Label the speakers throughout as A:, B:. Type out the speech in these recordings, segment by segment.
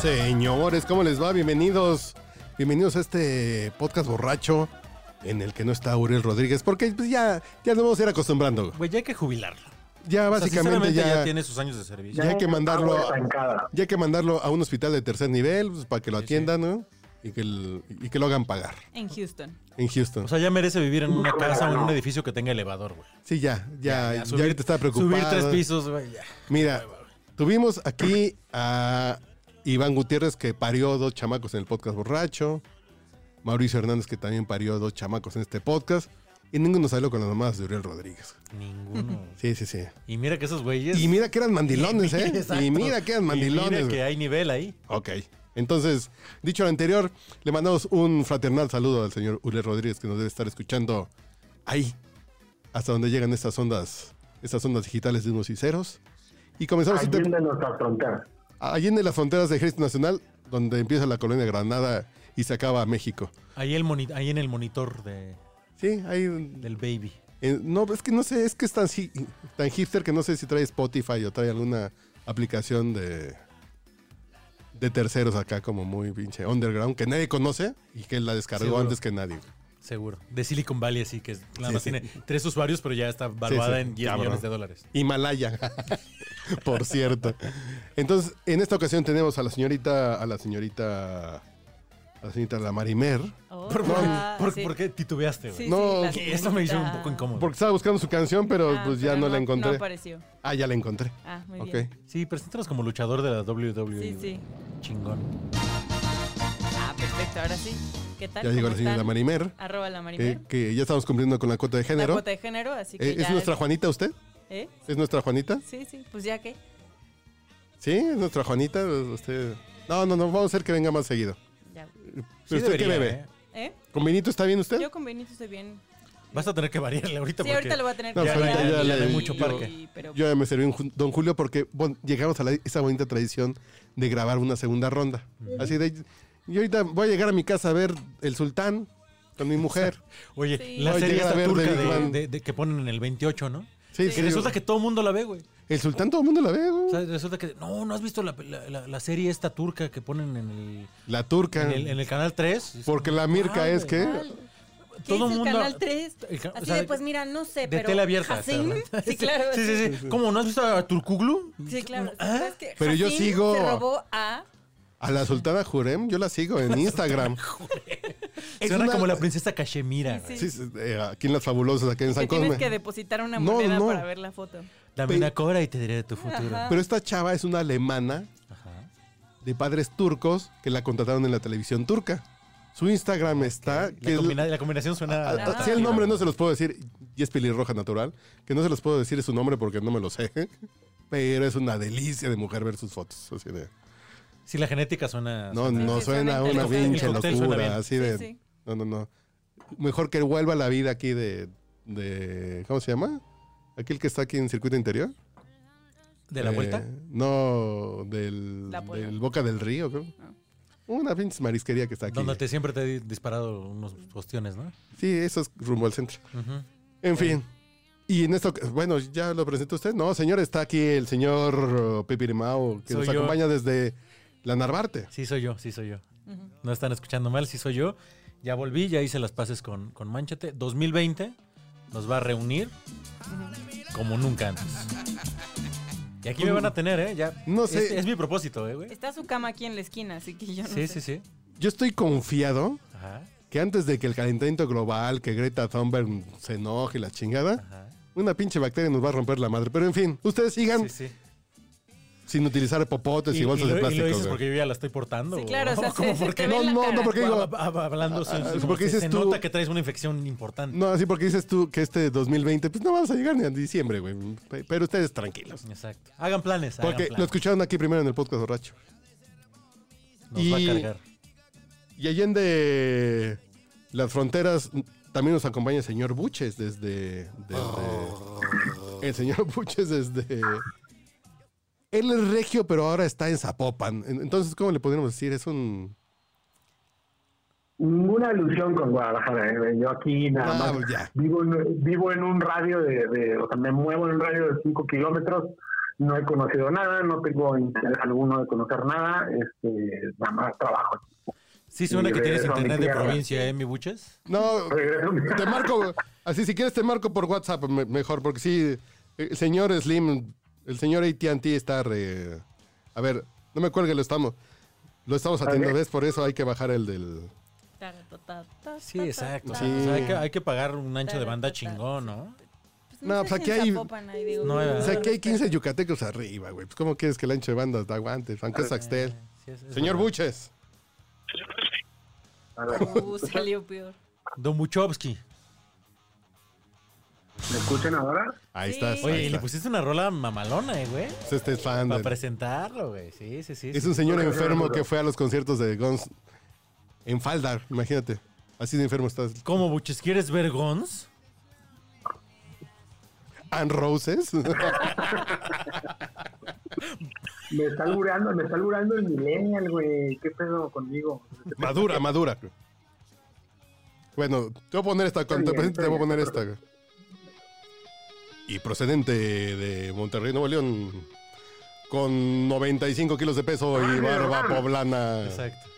A: Señores, ¿cómo les va? Bienvenidos. Bienvenidos a este podcast borracho en el que no está Uriel Rodríguez, porque pues, ya, ya nos vamos a ir acostumbrando.
B: Güey, ya hay que jubilarlo.
A: Ya
B: O sea,
A: básicamente
B: sinceramente,
A: ya,
B: ya tiene sus años de servicio.
A: ya hay que mandarlo
C: Agua
A: a,
C: estancada.
A: ya hay que mandarlo a un hospital de tercer nivel pues, para que lo atiendan, ¿no? Y que, el- y que lo hagan pagar
D: En Houston.
A: en Houston.
B: O sea, ya merece vivir en una
C: Claro,
B: casa o en
C: no.
B: un edificio que tenga elevador, güey.
A: sí, ya, ya, ya,
B: subir-
A: ahorita estaba preocupado. eh.
B: Subir tres pisos, güey, ya.
A: Mira, tuvimos aquí a Iván Gutiérrez que parió dos chamacos en el podcast borracho. Mauricio Hernández que también parió dos chamacos en este podcast. Y ninguno salió con las mamás de Uriel Rodríguez.
B: Ninguno.
A: Sí, sí, sí.
B: Y mira que esos güeyes.
A: Y mira que eran mandilones, ¿eh?
B: Exacto.
A: Y mira que eran
B: Y
A: mandilones.
B: mira que hay nivel ahí.
A: Ok. Entonces, dicho lo anterior, le mandamos un fraternal saludo al señor Uriel Rodríguez que nos debe estar escuchando ahí, hasta donde llegan estas ondas, estas ondas digitales de unos y ceros. Y comenzamos este-
C: Allende nuestras fronteras.
A: Allí en las fronteras de Ejército Nacional, donde empieza la colonia Granada y se acaba México.
B: Ahí, el moni- ahí en el monitor de,
A: Sí, ahí.
B: del baby.
A: eh, no, es que no sé, es que es tan, hi- tan hipster que no sé si trae Spotify o trae alguna aplicación de, de terceros acá, como muy pinche underground, que nadie conoce y que la descargó
B: Seguro.
A: antes que nadie.
B: Seguro. De Silicon Valley, así que nada
A: Sí,
B: más
A: sí.
B: tiene tres usuarios, pero ya está valuada
A: sí,
B: en 10
A: cabrón.
B: millones de dólares.
A: Himalaya, por cierto. Entonces, en esta ocasión tenemos a la señorita, a la señorita, a la señorita La Marimer,
B: ¿Por, por-
D: Hola,
B: por-
D: Oh, Ah, sí.
B: por qué titubeaste,
D: Sí,
B: güey?
D: sí,
A: No,
D: la
B: Que Eso me hizo un
D: señorita-
B: poco incómodo.
A: porque estaba buscando su canción, pero
D: Ah,
A: pues ya
D: pero
A: no, la encontré.
D: No apareció.
A: ah, ya la encontré.
D: Ah, muy
A: Ok.
D: bien.
B: Sí, preséntanos como luchador de la WWE.
D: Sí,
B: güey.
D: sí.
B: Chingón.
D: Ah, perfecto, ahora sí. ¿Qué tal?
A: Ya llegó
D: ¿Cómo
A: la señorita
D: están?
A: Marimer,
D: Arroba la Marimer.
A: que, que ya estamos cumpliendo con la cuota de
D: La
A: género.
D: cuota de género, así que
A: Eh,
D: ya
A: ¿Es nuestra Juanita usted?
D: ¿Eh?
A: ¿Es nuestra Juanita?
D: Sí, sí, pues ya que.
A: Sí, es nuestra Juanita. Usted... No, no, no, vamos a hacer que venga más seguido.
D: Ya.
A: ¿Pero
B: Sí
A: usted qué
B: debería,
A: bebe?
B: ¿eh?
D: ¿Eh?
A: ¿Con vinito está bien usted?
D: Yo con Benito estoy bien.
B: Vas a tener que variarle ahorita
D: Sí,
B: porque
D: ahorita lo voy a tener
A: No,
D: que
A: pues ahorita
D: cambiar
A: ya le-
D: y-
A: yo-
B: mucho parque.
D: Pero
A: Yo ya me serví un Ju- Don Julio porque bueno, llegamos a la- esa bonita tradición de grabar una segunda ronda. Así de... Yo ahorita voy a llegar a mi casa a ver El Sultán con mi mujer.
B: Oye,
D: Sí.
B: la
A: Oye,
B: serie
A: llega a
B: esta
A: ver
B: turca
A: The Big
B: de-
A: Bang.
B: de- de- que ponen en el 28, ¿no?
A: Sí,
B: Que
A: sí.
B: resulta que todo el mundo la ve, güey.
A: El Sultán todo el mundo la ve. güey.
B: O sea, resulta que. No, ¿no has visto la, la- la- la serie esta turca que ponen en el,
A: La turca.
B: en el, en el canal 3?
A: Porque la Mirka
B: Ay,
A: es que...
D: ¿Qué
B: todo
D: es el
B: mundo-
D: canal 3?
B: El ca-
D: Así
B: o sea,
D: de, pues mira, no sé,
B: De
D: pero...
B: tela abierta.
D: ¿Hassim?
B: ¿verdad?
D: Sí, claro.
B: Sí, sí, sí. ¿Cómo? ¿No has visto a Turkuglu?
D: Sí, claro.
B: ¿Ah?
D: ¿Sabes qué?
A: Pero yo
D: Hassim
A: sigo-
D: Se robó a...
A: A la Sultana Jurem, yo la sigo en Instagram.
B: Suena
A: una-
B: como la princesa Cachemira. güey.
A: Sí, sí, eh, aquí en Las Fabulosas, aquí en
D: Que
A: San
D: tienes
A: Cosme.
D: que depositar una
A: No,
D: moneda
A: no.
D: para ver la foto.
B: Dame una cobra y te diré de tu futuro.
D: Ajá.
A: Pero esta chava es una alemana
B: Ajá.
A: de padres turcos que la contrataron en la televisión turca. Su Instagram está... que
B: La,
A: es-
B: combina- la combinación suena.
A: a- a-
D: Ah.
A: si el nombre no se los puedo decir, y es pelirroja natural, que no se los puedo decir su nombre porque no me lo sé. Pero es una delicia de mujer ver sus fotos. Así de,
B: Si la genética suena.
A: no,
B: suena-
A: no
D: Ah,
A: suena
D: sí, suena
A: una
D: interesante.
A: pinche
B: El cóctel suena
A: locura.
B: bien.
A: Así
D: Sí,
A: de...
D: sí.
A: No, no, no. Mejor que vuelva la vida aquí de... de ¿Cómo se llama? Aquel que está aquí en circuito interior.
B: ¿De la
A: Eh,
B: vuelta?
A: No, del,
D: La Puebla.
A: del Boca del Río, creo.
D: Ah.
A: Una pinche marisquería que está aquí.
B: Donde te, siempre te he disparado unos cuestiones, ¿no?
A: Sí, eso es rumbo al centro.
B: Ujú.
A: En fin. Y en esto, bueno, ya lo presentó usted. No, señor, está aquí el señor Pipirimao, que nos
B: Soy yo.
A: acompaña desde la Narvarte.
B: Sí, soy yo, sí, soy yo. No están escuchando mal, sí, soy yo. Ya volví, ya hice las pases con, con Manchete. 2020 nos va a reunir como nunca antes. Y aquí me van a tener, ¿eh? Ya,
A: Pues No
B: es-
A: sé.
B: Es, mi propósito, ¿eh, güey?
D: Está su cama aquí en la esquina, así que yo Este, no
B: Sí, sí,
D: sé.
B: sí.
A: Yo estoy confiado
B: Ajá,
A: que antes de que el calentamiento global, que Greta Thunberg se enoje y la chingada,
B: ajá.
A: una pinche bacteria nos va a romper la madre. Pero en fin, ustedes sigan
B: Sí, sí.
A: sin utilizar popotes y, bolsas Pues
B: lo,
A: de
B: y
A: plástico.
B: lo dices
A: güey.
B: porque yo ya la estoy portando.
D: Sí,
B: o-
D: claro, o sea,
B: ¿cómo
D: se, se
B: por
D: te
B: qué?
D: ve
A: No,
D: en la
A: no,
D: cara.
A: porque-
B: Hab-
A: digo-
B: hab- Hablando, se-
A: ah,
B: se-
A: porque
B: se,
A: dices
B: se
A: tú-
B: nota que traes una infección importante.
A: No, así porque dices tú que este 2020, pues no vamos a llegar ni a diciembre, güey. Pe- Pero ustedes tranquilos.
B: Exacto. Hagan planes. hagan
A: Porque lo
B: planes.
A: escucharon aquí primero en el podcast borracho.
B: Nos va a
A: y-
B: cargar.
A: Y allende las fronteras también nos acompaña el señor Buches desde. desde- el señor Buches desde. Él es regio, pero ahora está en Zapopan. En- Entonces, ¿cómo le podríamos decir? Es un.
C: Ninguna alusión con Guadalajara. ¿eh? Yo aquí nada
A: Ah,
C: más
A: pues ya.
C: vivo en, vivo en un radio de, de- o sea, me muevo en un radio de 5 kilómetros. No he conocido nada, no tengo interés alguno de conocer nada. Este, nada más trabajo.
B: Sí suena
C: y
B: que tienes
C: regreso a mi
B: internet de
C: tierra.
B: provincia, ¿eh, mi buches?
A: No,
C: Regreso a mi-
A: te marco. Así, si quieres, te marco por WhatsApp me- mejor, porque sí. El señor Slim, el señor ATT está. re- A ver, no me cuelgue, lo estamos. Lo estamos atendiendo,
C: Ok.
A: ¿ves? Por eso hay que bajar el del.
D: Ta, ta, ta, ta,
B: Sí,
D: ta,
B: exacto.
D: ta,
A: Sí.
B: O sea, hay, que, hay que pagar un ancho de
D: Claro,
B: banda
D: claro.
B: chingón, ¿no?
D: Pues
A: No, pues
D: sé si
A: aquí
D: en
A: hay-
D: Zapopan hay, digo,
B: No hay,
A: O
B: ¿verdad?
A: sea, aquí hay 15 yucatecos arriba, güey. Pues, ¿Cómo quieres que el ancho de bandas da guantes? Aunque es Axtel.
B: Sí, Ah, es- es
A: Señor
B: verdad.
A: Buches.
C: A ver,
D: Uh, salió peor.
B: Don Buchowski.
C: ¿Me escuchan ahora?
A: Ahí
D: Sí.
A: estás.
B: Oye,
A: ahí
B: y le
A: está.
B: pusiste una rola mamalona, eh, güey.
A: Pues Este es fan.
B: Para
A: del-
B: presentarlo, güey. Sí, sí, sí.
A: Es
B: sí.
A: un señor
C: Ahora,
A: enfermo
C: ahora.
A: que fue a los conciertos de Guns en falda, imagínate. Así de enfermo estás.
B: ¿Cómo, Buches? ¿Quieres ver Gons?
A: ¿And Roses?
C: Me está albureando, me está albureando el millennial, güey. ¿Qué pedo conmigo?
A: madura, madura. Bueno, te voy a poner esta. Cuando te
C: bien,
A: presente,
C: está
A: te voy a
C: bien,
A: poner
C: está
A: esta. Y procedente de Monterrey, Nuevo León. Con 95 kilos de peso
C: Ah,
A: y
C: mira,
A: barba
C: vamos.
A: poblana.
B: Exacto.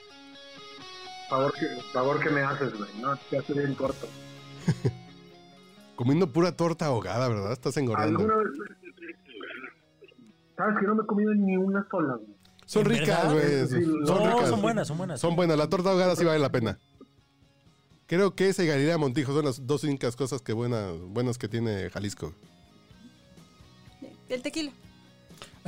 C: Favor que, favor que me haces, güey. No, te hace bien corto.
A: Comiendo pura torta ahogada, ¿verdad? Estás engordando.
C: Alguna vez- ¿Sabes que no me he comido ni una sola? güey?
A: Son
B: ¿En
A: ricas,
B: verdad?
A: güey.
C: Sí,
A: Son
B: No,
A: ricas.
B: son buenas, son buenas.
A: Son buenas. La torta ahogada sí vale la pena. Creo que esa y Galilea Montijo son las dos únicas cosas que buenas, buenas que tiene Jalisco.
D: El tequila.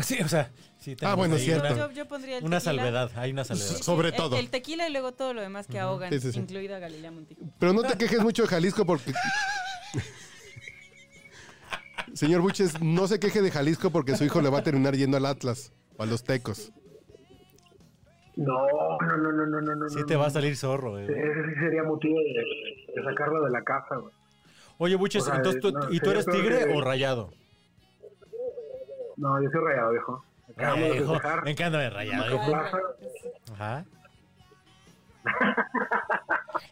B: Sí, o sea, sí. tenemos
A: Ah, bueno,
B: ahí
A: cierto.
B: una-
D: Yo, yo pondría el
B: Una
D: tequila.
B: salvedad, hay una
D: Sí,
B: salvedad.
D: sí,
A: Sobre
D: el-
A: todo.
D: El tequila y luego todo lo demás que ahogan,
A: Sí, sí, sí.
D: incluida Galilea Montijo.
A: Pero no te quejes mucho de Jalisco porque... Señor Buches, no se queje de Jalisco porque su hijo le va a terminar yendo al Atlas o a los Tecos.
C: No, no, no, no, no, no, no.
B: Sí te va a salir zorro, eh, güey.
C: Ese sí sería motivo de, de sacarlo de la casa, güey.
B: Oye, Buches,
C: O sea,
B: entonces tú,
C: no,
B: ¿y tú
C: sería
B: eres
C: peor
B: tigre
C: que-
B: o rayado?
C: No, yo soy rayado, viejo. Acabamos de
B: Hijo,
C: festejar.
B: me encanta de rayado. hijo.
C: Plaza.
B: Ajá.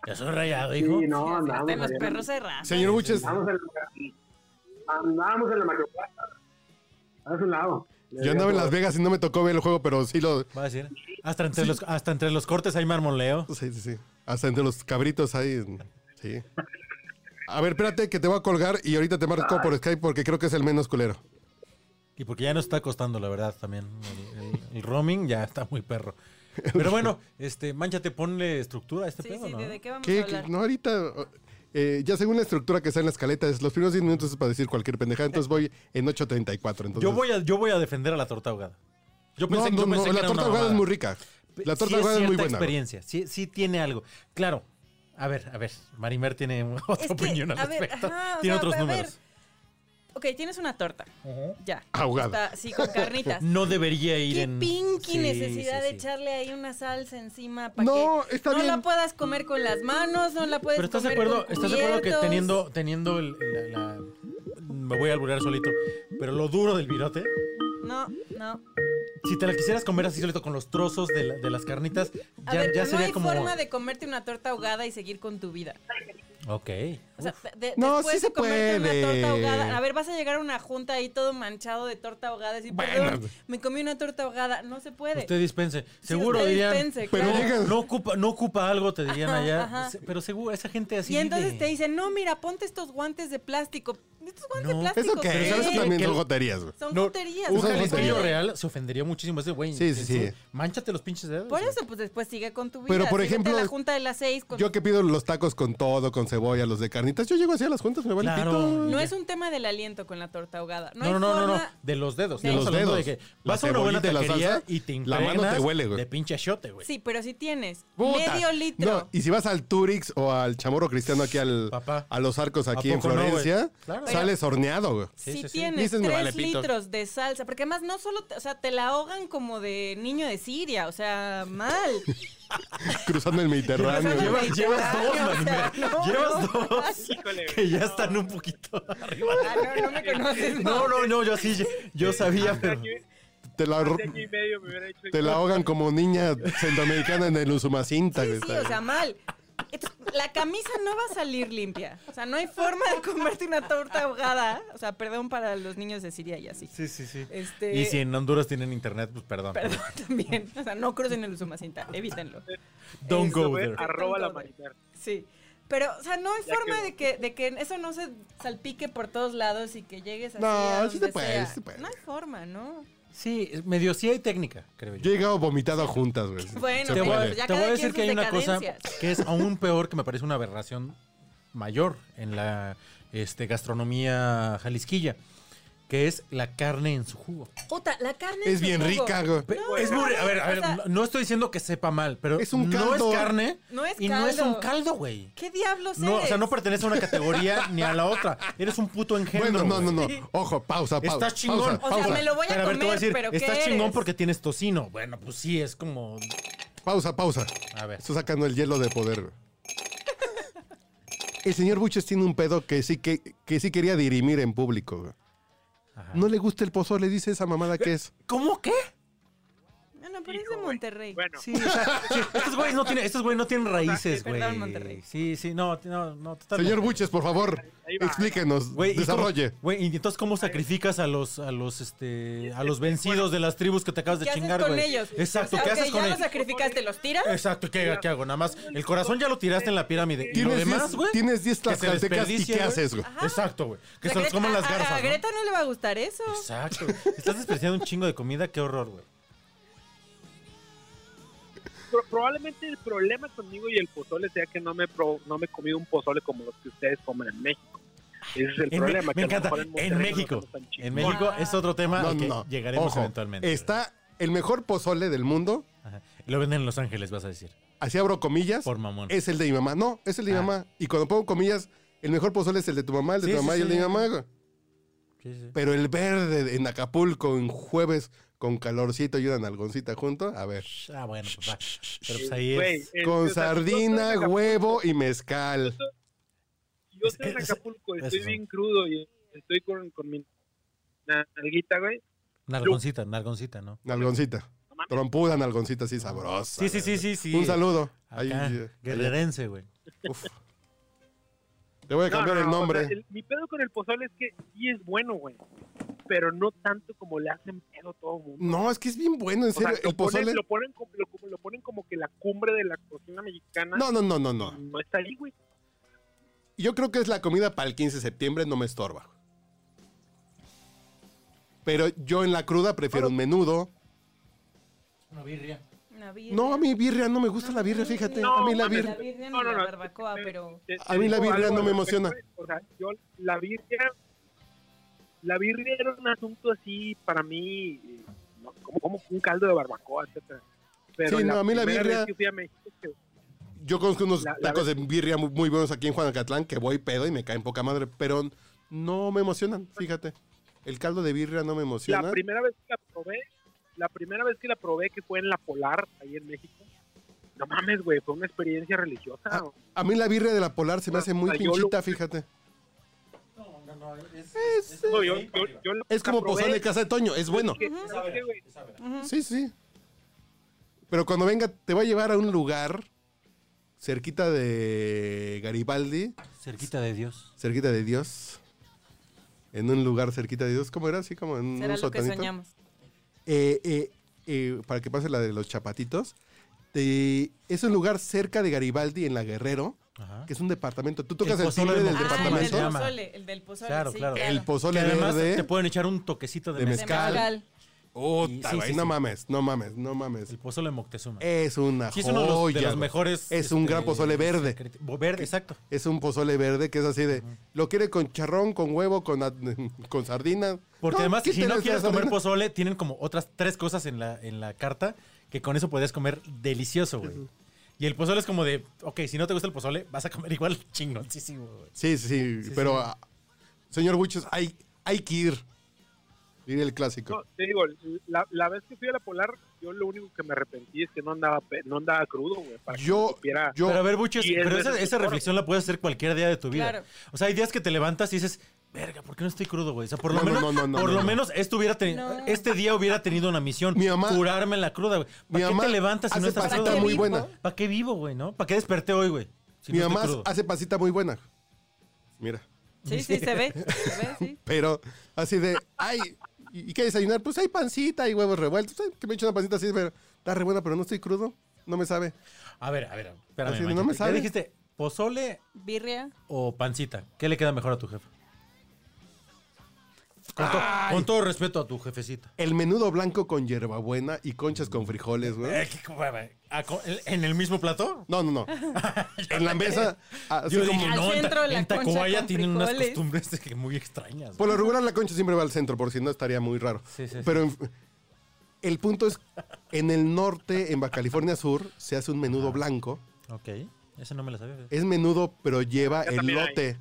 B: Yo soy rayado, hijo.
C: Sí, no,
D: Así
C: andamos.
D: Están los
C: allá.
D: perros de raza.
A: Señor Buches,
C: Andamos en la, andamos en la macroplaza. A su lado.
A: yo andaba en Las Vegas y no me tocó ver el juego, pero sí lo...
B: Va a decir. Hasta entre, los, hasta entre los cortes hay marmoleo.
A: Sí, sí, sí. Hasta entre los cabritos ahí. Sí. A ver, espérate que te voy a colgar y ahorita te marco por Skype porque creo que es el menos culero.
B: Y porque ya nos está costando, la verdad, también. El, el- el roaming ya está muy perro. Pero bueno, este, manchate, ponle estructura a este
D: Sí,
B: pedo,
D: sí,
B: ¿no?
D: ¿de, de qué vamos
A: ¿Qué?
D: a hablar?
A: ¿Qué? No, ahorita. eh, ya según la estructura que está en la escaleta, es los primeros 10 minutos es para decir cualquier pendejada. Entonces voy en 8.34. Entonces,
B: Yo voy a, yo voy a defender a la torta ahogada. Yo
A: No,
B: pensé,
A: no,
B: yo pensé
A: no,
B: que
A: la
B: era
A: torta
B: una
A: ahogada es
B: mamada.
A: muy rica. La torta
B: Sí es
A: ahogada es muy
B: cierta
A: buena. güey.
B: experiencia, sí, sí tiene algo. Claro, a ver, a ver, Marimer tiene otra
D: Es que,
B: opinión
D: a
B: al
D: ver,
B: respecto.
D: ajá, o
B: tiene
D: sea,
B: otros
D: a ver,
B: números.
D: Ok, tienes una torta. Ya.
A: Ahogada.
D: Está, sí, con carnitas.
B: No debería ir
D: Qué
B: en...
D: pinky
B: Sí,
D: necesidad
B: sí,
D: de
B: sí.
D: echarle ahí una salsa encima para
A: No,
D: que
A: está
D: no
A: bien.
D: la puedas comer con las manos, no la puedes
B: Pero estás de
D: comer
B: acuerdo,
D: con
B: estás de acuerdo que
D: cubiertos?
B: teniendo, teniendo el, la, la- Me voy a alburear solito, pero lo duro del virote,
D: No, no.
B: si te la quisieras comer así solito con los trozos de, la- de las carnitas,
D: A
B: ya,
D: ver,
B: ya
D: pero no
B: sería
D: hay
B: como...
D: forma de comerte una torta ahogada y seguir con tu vida.
B: Ok.
D: O sea, de- de-
A: No,
D: después
A: sí se
D: de comerte
A: puede.
D: una torta ahogada. A ver, vas a llegar a una junta ahí todo manchado de torta ahogada y decir,
A: Bueno.
D: perdón, me comí una torta ahogada. No se puede.
B: pues". Usted dispense.
D: Sí,
B: Seguro
D: usted
B: dirían.
D: dispense,
A: Pero
D: claro.
A: llega-
B: No ocupa, no ocupa algo, te dirían
D: Ajá,
B: allá.
D: ajá.
B: Se- Pero seguro, esa gente así.
D: Y entonces
B: vive.
D: te dicen, no, mira, ponte estos guantes de plástico. Estos guantes
B: No.
D: de plástico.
A: ¿Eso qué?
B: Pero
D: ¿qué?
B: ¿sabes
A: Eso
B: qué?
A: también
B: Que-
A: son joterías. güey.
D: Son
B: No,
D: puterías.
B: Un
A: Son
D: güey.
B: jalisquillo
A: joterías.
B: real se ofendería muchísimo. Ese güey.
A: Sí, sí, sí.
B: Manchate los pinches dedos.
D: Por eso, pues después sigue con tu vida.
A: Pero, por
D: Síguete a
A: ejemplo,
D: la junta de las seis. Con...
A: Yo que pido los tacos con todo, con cebolla, los de carnitas. Yo llego así a las juntas, me vale
B: Claro.
A: pito.
D: No es un tema del aliento con la torta ahogada.
B: No,
D: No,
B: no,
D: hay
B: no, no, no,
D: forma-
B: de los dedos.
D: De
B: Estamos
A: los
B: hablando de
A: dedos.
B: que
A: La
B: vas a una buena
A: cebollita y la
B: taquería
A: salsa,
B: y te
A: la mano te
B: impregnas
A: huele, güey.
B: de pinche achote, güey.
D: Sí, pero si tienes
A: Puta.
D: medio litro.
A: No, y si vas al Turix o al Chamorro Cristiano aquí al,
B: Papá.
A: a los arcos aquí
B: ¿A
A: en
B: poco no, güey?
A: Florencia,
B: Claro.
A: sales horneado, güey.
B: Sí,
D: si
B: sí, sí.
D: tienes
A: Dices, me
D: tres
A: vale pito.
D: litros de salsa, porque además no solo, te- o sea, te la ahogan como de niño de Siria, o sea, mal.
A: Cruzando el Mediterráneo.
D: Cruzando el
A: güey.
B: Llevas, llevas dos,
D: Mediterráneo, o sea,
B: Marimar.
D: no,
B: Llevas
D: no.
B: dos
E: Híjole,
B: que ya están un poquito arriba.
D: Ah, no, no me conoces.
B: No, no, no, yo sí, yo,
A: Eh,
B: yo sabía,
E: hace
B: pero...
E: año,
A: Te la,
E: hace año y medio me hubiera hecho
A: te la ahogan como niña centroamericana en el Usumacinta,
D: Sí,
A: güey.
D: sí, o sea, mal. Entonces, la camisa no va a salir limpia. O sea, no hay forma de comerte una torta ahogada. O sea, perdón para los niños de Siria y así.
B: Sí, sí, sí.
D: Este,
B: Y si en Honduras tienen internet, pues perdón.
D: Perdón también. O sea, no crucen el Usumacinta, evítenlo.
B: Don't
D: Eso,
B: go
E: fue
B: there.
E: arroba la
D: Tanto de-
E: marinar.
D: Sí. Pero, o sea, no hay
E: Ya
D: forma
E: quedó.
D: de que, de que eso no se salpique por todos lados y que llegues así.
A: No,
D: a
A: sí
D: donde
A: se puede,
D: sea.
A: sí se puede.
D: No hay forma, ¿no?
B: Sí, medio sí hay técnica, creo
A: Yo he llegado vomitado a juntas, güey.
D: Bueno,
B: te voy,
D: pero ya
B: te voy
D: cada
B: a decir
D: quien
B: que hay
D: sus
B: una cosa
D: decadencias.
B: que es aún peor, que me parece una aberración mayor en la este, gastronomía jalisquilla, que es la carne en su jugo.
D: Puta, la carne en
A: Es
D: su
A: bien
D: jugo.
A: rica, güey.
B: Pe- es muy- a ver, a ver,
D: o sea-
B: no- no estoy diciendo que sepa mal, pero
A: Es un
B: no
A: caldo.
B: es carne
D: No es
B: y no es
D: caldo.
B: un caldo, güey.
D: ¿Qué diablos
B: No, o sea,
D: eres?
B: no pertenece a una categoría ni a la otra. Eres un puto engendro.
A: Bueno, no, no,
B: güey.
A: no. Ojo, pausa, pausa.
B: Estás
A: pausa,
B: chingón.
D: O sea,
A: pausa.
D: me lo voy a
B: Pero,
D: comer, pero ¿qué
B: estás chingón
D: eres?
B: porque tienes tocino. Bueno, pues sí, es como...
A: Pausa, pausa.
B: A ver.
A: Estoy sacando el hielo de poder. güey. El señor Buches tiene un pedo que sí, que, que sí quería dirimir en público. güey.
B: Ajá.
A: No le gusta el pozole, dice esa mamada que es.
B: ¿Cómo qué?
D: No, no, pero es de
E: Hijo, güey.
D: Monterrey.
E: Bueno,
B: Sí, o sea, sí, estos güeyes no tienen, estos güeyes no tienen raíces, güey.
D: Perdón, Monterrey.
B: Sí, sí, no, no, no.
A: Señor
B: Buche,
A: Buches, por favor,
E: Ahí va.
A: explíquenos,
B: Güey, ¿y cómo-
A: desarrolle.
B: Güey, y entonces cómo sacrificas a los a los este a los vencidos de las tribus que te acabas de
D: ¿Qué haces
B: chingar,
D: con
B: güey?
D: ellos?
B: Exacto,
D: O sea,
B: ¿qué
D: ok,
B: haces con
D: ya
B: ellos?
D: los sacrificaste, los tiras.
B: Exacto, ¿qué, qué hago? Nada más el corazón ya lo tiraste en la pirámide y lo
A: Tienes
B: demás,
A: 10
B: güey.
A: tienes 10
B: que se
A: tlaxcaltecas y
B: desperdicie,
A: ¿qué haces, güey?
B: Exacto, güey. Que
D: O sea,
B: se los
D: Greta-
B: coman las
D: a- a- A
B: garzas, ¿no?
D: Greta no le va a gustar eso.
B: Exacto. güey. Estás desperdiciando un chingo de comida, qué horror, güey.
E: pro- probablemente el problema conmigo y el pozole sea que no me pro- no me he comido un pozole como los que ustedes comen en México. Ese es el
B: En Me-
E: problema.
B: me
E: que a lo
B: encanta.
E: mejor
B: En
E: Monterrey no lo
B: México.
E: hacemos tan
B: En
E: chingón.
B: México
D: Ah.
B: es otro tema
A: No,
B: al que
A: no.
B: llegaremos
A: Ojo,
B: eventualmente. güey.
A: Está el mejor pozole del mundo,
B: Ajá. Lo venden en Los Ángeles, vas a decir.
A: así abro comillas,
B: Por mamón.
A: es el de mi mamá. No, es el de mi
B: Ah.
A: mamá. Y cuando pongo comillas, el mejor pozole es el de tu mamá, el de
B: Sí,
A: tu
B: sí,
A: mamá y el
B: sí.
A: de mi mamá, güey.
B: Sí, sí.
A: Pero el verde en Acapulco en jueves con calorcito y una nalgoncita junto, a ver.
B: Ah, bueno, pues va. Pero pues ahí
E: Güey,
B: es.
E: este, o
A: Con
E: sea, yo
A: sardina,
E: estoy en Acapulco-
A: huevo y mezcal.
E: Yo estoy en
B: Es- es-
E: Acapulco,
B: es-
E: estoy
B: es-
E: bien crudo y estoy con, con mi nalguita, güey.
B: Nargoncita, nargoncita, ¿no?
A: Nalgoncita.
E: No mames.
A: Trompuda, nalgoncita así sabrosa.
B: Sí, sí, sí, sí, sí.
A: Un saludo. Ahí,
B: Acá,
A: eh, ahí.
B: guerrerense, güey.
A: Uf. Le voy a
E: No,
A: cambiar
E: no,
A: el
E: no, o
A: nombre.
E: sea, el- mi pedo con el pozole es que sí es bueno, güey. Pero no tanto como le hacen pedo todo el mundo.
A: No, es que es bien bueno, en
E: O sea,
A: serio.
E: lo,
A: el pozole.
E: ponen, lo, ponen como, lo, como- lo ponen como que la cumbre de la cocina mexicana.
A: No, no, no, no, no.
E: No está ahí, güey.
A: Yo creo que es la comida para el 15 de septiembre, no me estorba. Pero yo en la cruda prefiero un menudo.
B: Una birria.
D: Una birria.
A: No, a mí birria no me gusta la birria, fíjate.
E: No,
A: este, a mí la birria.
E: mames,
D: La birria
E: No,
D: ni
E: no,
D: la
E: no.
D: barbacoa,
E: Te-
D: pero...
E: te- te
A: A mí la
E: digo
A: birria
E: algo
A: no me
E: al respecto,
A: emociona.
E: güey. O sea, yo la birria... La birria era un asunto así para mí... eh, no, como, como un caldo de barbacoa, etcétera. Pero
A: Sí, no, a mí la
E: primera
A: birria-
E: vez que fui a México, que-
A: Yo conozco unos
E: La- la
A: tacos de birria muy, muy buenos aquí en Juanacatlán que voy pedo y me caen poca madre, pero no me emocionan, fíjate. El caldo de birria no me
E: la
A: emociona.
E: primera vez que la probé, la primera vez que la probé que fue en la Polar, ahí en México. No mames, güey, fue una experiencia religiosa.
A: Ah, A mí la birria de la Polar se me hace muy
E: Ah, yo lo-
A: pinchita, fíjate.
B: No, no, no. Es,
E: No, yo- yo- yo la-
A: Es como
E: la probé
A: pozole de casa de Toño, es bueno.
E: y dije,
D: Ujú.
E: "¿Sabes qué, güey?
D: Ujú.
A: Sí, sí. Pero cuando venga, te va a llevar a un lugar cerquita de Garibaldi,
B: Cerquita de Dios.
A: cerquita de Dios. En un lugar cerquita de Dios, ¿cómo era? Así como en un
D: Será lo que
A: sotanito.
D: soñamos.
A: eh, eh, eh, para que pase la de los chapatitos, te- es un lugar cerca de Garibaldi, en la Guerrero,
B: Ajá.
A: que es un departamento. Tú tocas
B: El
A: el,
B: pozole
A: timbre
B: de
A: del
B: El
D: ah, el
A: departamento,
D: del
B: llama.
D: pozole, el del pozole,
B: Claro,
D: sí,
B: claro.
A: el pozole
B: Que además
A: verde,
B: te pueden echar un toquecito de,
A: de
B: mezcal.
A: mezcal.
D: De mezcal.
A: Puta,
F: sí,
A: güey,
F: sí,
A: no
F: sí.
A: mames, no mames, no mames.
B: El pozole Moctezuma.
A: Es una
B: Sí, es
A: joya.
B: uno de los- de los mejores. este,
A: Es un gran pozole verde.
B: secret- bo- Verde, exacto.
A: Es un pozole verde que es así de. Lo quiere con charrón, con huevo, con, a- con sardina.
B: Porque
A: No,
B: además, si
A: quítale
B: no
A: la
B: quieres
A: sardina.
B: comer pozole, tienen como otras tres cosas en la, en la carta que con eso podrías comer delicioso, güey. Y el pozole es como de, ok, si no te gusta el pozole, vas a comer igual chingoncísimo, güey.
A: Sí, sí, sí.
B: Sí,
A: pero,
B: sí.
A: ah, señor Buches, hay, hay que ir. Diría el clásico.
E: No, te digo, la, la vez que fui a la Polar, yo lo único que me arrepentí es que no andaba, pe- no andaba crudo, güey. Para que
A: Yo-
E: no supiera-
A: Yo,
B: pero a ver, Buches,
E: Y es
B: pero
E: de
B: esa,
E: esos
B: esa
E: foros.
B: reflexión la puedes hacer cualquier día de tu vida.
D: Claro.
B: O sea, hay días que te levantas y dices, verga, ¿por qué no estoy crudo, güey? O sea, por lo
A: No, no,
B: menos,
A: no, no, no,
B: por
A: no,
B: lo
A: no.
B: menos esto hubiera teni-
D: No.
B: este día hubiera tenido una misión,
A: Mi mamá-
B: curarme la cruda, güey.
A: mi
B: ¿Para qué
A: mamá
B: te levantas si no
A: hace
B: estás
A: pasita
B: crudo?
A: muy
B: güey?
A: buena.
B: ¿Para qué vivo, güey, no? ¿Para qué desperté hoy, güey? si
A: Mi
B: no estoy
A: mamá
B: crudo?
A: hace pasita muy buena. Mira.
D: Sí, sí, se ve. Se ve, sí.
A: Pero así de, ay, ¿y y qué desayunar? Pues hay pancita y huevos revueltos. Ay, Que me eche una pancita así, pero está re buena, pero no estoy crudo. No me sabe.
B: A ver, a ver, espérame.
A: Así de, Pues no
B: Manchete.
A: me
B: ¿Ya
A: sabe.
B: dijiste pozole
D: Birria.
B: o pancita? ¿Qué le queda mejor a tu jefe? Con, to- con todo respeto a tu jefecita.
A: El menudo blanco con hierbabuena y conchas con frijoles, güey.
B: Eh, qué co- ah, co- ¿En el mismo plato?
A: No, no, no. en la mesa, así
B: Yo
A: como-
B: dije,
D: Al
B: no, en,
D: centro
B: Ta-
D: la
B: en
D: concha
B: Tacubaya
D: con
B: tienen unas
D: frijoles.
B: costumbres de que muy extrañas.
A: Por
B: güey.
A: lo regular la concha siempre va al centro, por si no estaría muy raro.
B: "Ah, Sí, sí, sí.
A: Pero en- el punto es, en el norte, en Baja California Sur, se hace un menudo blanco.
B: Ok, ese no me lo sabía. fíjate.
A: Es menudo, pero lleva
E: Acá también hay.
A: elote.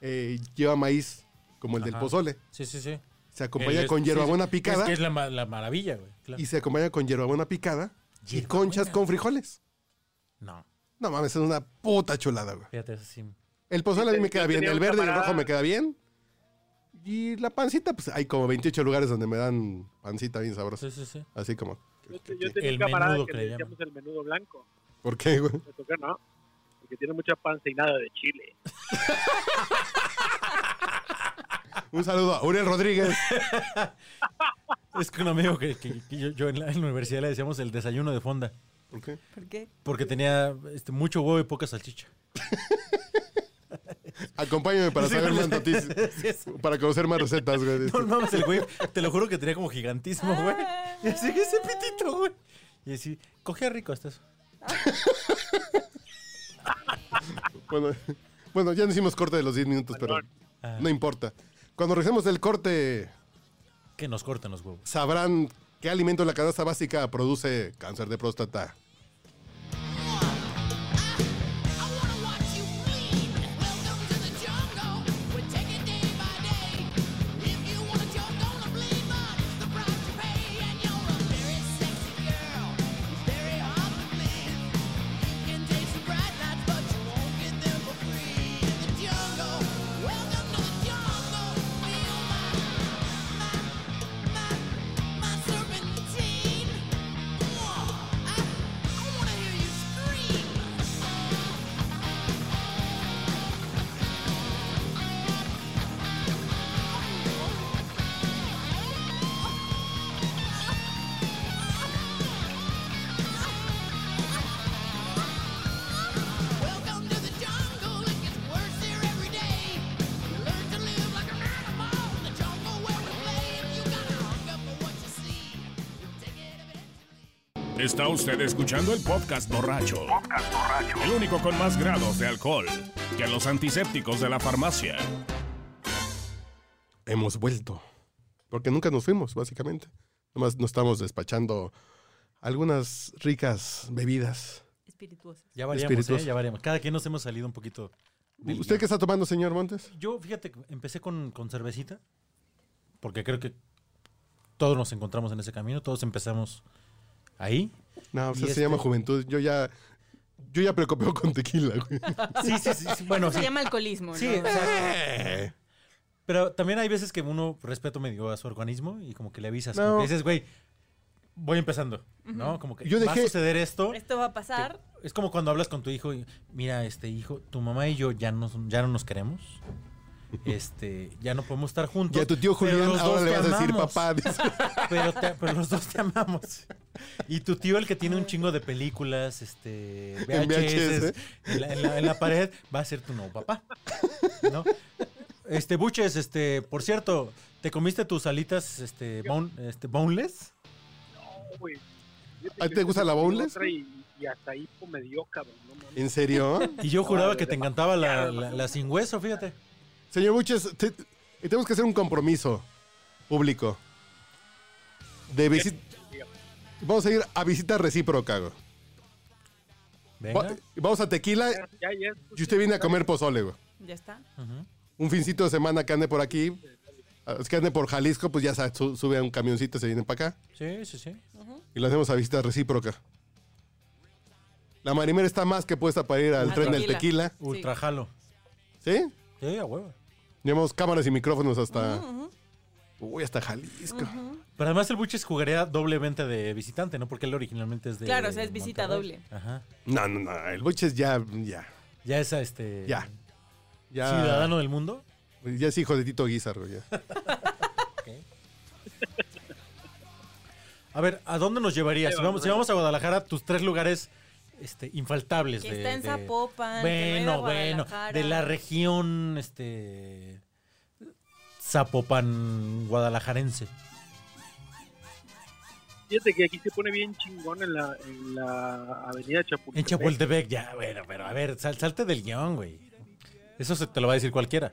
A: Eh, lleva maíz, como el del
B: Ajá.
A: pozole.
B: Sí, sí, sí.
A: Se acompaña
B: El-
A: con
B: sí, sí.
A: hierbabuena
B: Es
A: picada
B: que es la, ma- la maravilla, güey. claro.
A: y se acompaña con hierbabuena picada y
B: Hierbabuena.
A: conchas con frijoles.
B: No,
A: No mames, es una puta chulada, güey.
B: fíjate, eso sí.
A: El pozole a mí me queda
E: Yo
A: bien,
E: tenía
A: el
E: un
A: verde y el
E: camarada-
A: rojo me queda bien. Y la pancita, pues hay como 28 lugares donde me dan pancita bien sabrosa.
B: Sí, sí, sí.
A: Así como,
E: Yo, te- yo tenía
B: El
E: un camarada
B: menudo
E: que
B: que
E: le
B: le llaman.
E: decíamos el menudo blanco.
A: ¿por qué, güey?
E: Me tocó, no, porque tiene mucha panza y nada de chile.
A: Un saludo a Uriel Rodríguez.
B: Es que un amigo que, que- que yo, yo en, la, en la universidad le decíamos el desayuno de fonda.
A: Ok.
D: ¿Por qué?
B: Porque tenía este, mucho huevo y poca salchicha.
A: Acompáñame para
B: Sí,
A: saber
B: güey.
A: más noticias.
B: Sí, es-
A: Para conocer más recetas, güey.
B: No mames, el güey, te lo juro que tenía como gigantismo, güey. Y así que ese pitito, güey. Y así, cogía rico hasta eso.
A: Bueno, bueno, ya no hicimos corte de los 10 minutos, pero
B: Ah.
A: no importa. Cuando regresemos del corte,
B: Que nos cortan los huevos.
A: sabrán qué alimento de la canasta básica produce cáncer de próstata.
G: I wanna watch you bleed. Welcome to the jungle. We take it day by day. If you wanna joke, gonna bleed, but the price you pay, and you're a very sexy girl, very hard to please. You can taste the bright lights, but you won't get them for free in the jungle. Welcome to the jungle. Feel my, my, my, my serpentine. I, I wanna hear you scream. Welcome to the jungle. It gets worse here every day. You learn to live like an animal in the jungle where we play. If you gotta hung up for what you see, you take it eventually.
H: Está usted escuchando el podcast borracho. El único con más grados de alcohol que los antisépticos de la farmacia.
A: Hemos vuelto. Porque nunca nos fuimos, básicamente. Nomás nos estamos despachando algunas ricas bebidas.
D: Espirituosa.
B: Ya variamos,
A: Espirituoso.
B: ¿eh? Ya variamos. Cada quien nos hemos salido un poquito. del
A: ¿Usted
B: guión.
A: qué está tomando, señor Montes?
B: Yo, fíjate, que empecé con, con cervecita. Porque creo que todos nos encontramos en ese camino. Todos empezamos ahí.
A: No, o
B: ¿Y
A: sea, se
B: este?
A: llama juventud. Yo ya. Yo ya preocupeo con tequila, güey.
B: Sí, sí, sí. sí, Bueno,
D: Se
B: sí.
D: llama alcoholismo,
B: ah, Sí,
D: ¿no?
B: o sea, Pero también hay veces que uno respeto medio a su organismo y como que le avisas.
A: No.
B: Como que dices, güey, voy empezando. ¿No? Como que
A: Yo
B: va a
A: dejé-
B: suceder esto.
D: Esto va a pasar.
B: Es como cuando hablas con tu hijo y mira, este hijo, tu mamá y yo ya no, son- ya no nos queremos. Este, ya no podemos estar juntos.
A: Y a tu tío
B: pero
A: Julián
B: los
A: ahora
B: dos
A: le
B: te
A: vas a decir
B: amamos.
A: papá. dice.
B: Pero, te- pero los dos te amamos. Y tu tío, el que tiene un chingo de películas, este, VHS,
A: En
B: en,
A: VHS.
B: la, en la- en la pared, va a ser tu nuevo papá. ¿no? Este, Buches, este, por cierto, ¿te comiste tus alitas este, bone- este, boneless?
E: No, güey.
A: ¿A ti te gusta la boneless?
E: Otra Y, y hasta ahí pues, me dio, cabrón. No, mames.
A: ¿En serio?
B: Y yo juraba que te encantaba la, la- la sin hueso, fíjate.
A: Señor Buches, te- eh, tenemos que hacer un compromiso público. De visi- Vamos a ir a visita recíproca. güey. Va-
B: Venga.
A: Vamos a tequila
E: Ya, ya, ya,
A: y
E: escuché.
A: usted viene a comer pozole, güey.
D: Ya está.
B: Ujú.
A: Un fincito de semana que ande por aquí. ah, Es que ande por Jalisco, pues ya sa- su- sube a un camioncito, se viene para acá.
B: Sí, sí, sí.
A: Y lo hacemos a visita recíproca. La marimera está más que puesta para ir al
D: Al
A: tren del
D: tequila.
A: tequila.
B: Ultra jalo.
A: ¿Sí?
B: Sí, a huevo.
A: Llevamos cámaras y micrófonos hasta. Uy, hasta Jalisco.
B: Pero además el Buches jugaría doblemente de visitante, ¿no? Porque él originalmente es de.
D: Claro, o sea, es visita
B: Monterrey.
D: doble.
B: Ajá.
A: No, no, no. El Buches ya. Ya.
B: Ya es este.
A: Ya. Ya.
B: Ciudadano del mundo.
A: Ya es hijo de Tito Guizar, güey. ya.
B: A ver, ¿a dónde nos llevarías? Si vamos, si vamos a Guadalajara, tus tres lugares este, infaltables.
D: Que
B: de-
D: está en
B: de-
D: Zapopan. que no
B: Bueno,
D: era
B: bueno.
D: Guadalajara.
B: De la región, este. Zapopan guadalajarense.
E: Fíjate que aquí se pone bien chingón en la, en la avenida Chapultepec.
B: En Chapultepec, ya, bueno, pero a ver, sal- salte del guión, güey. Eso se te lo va a decir cualquiera.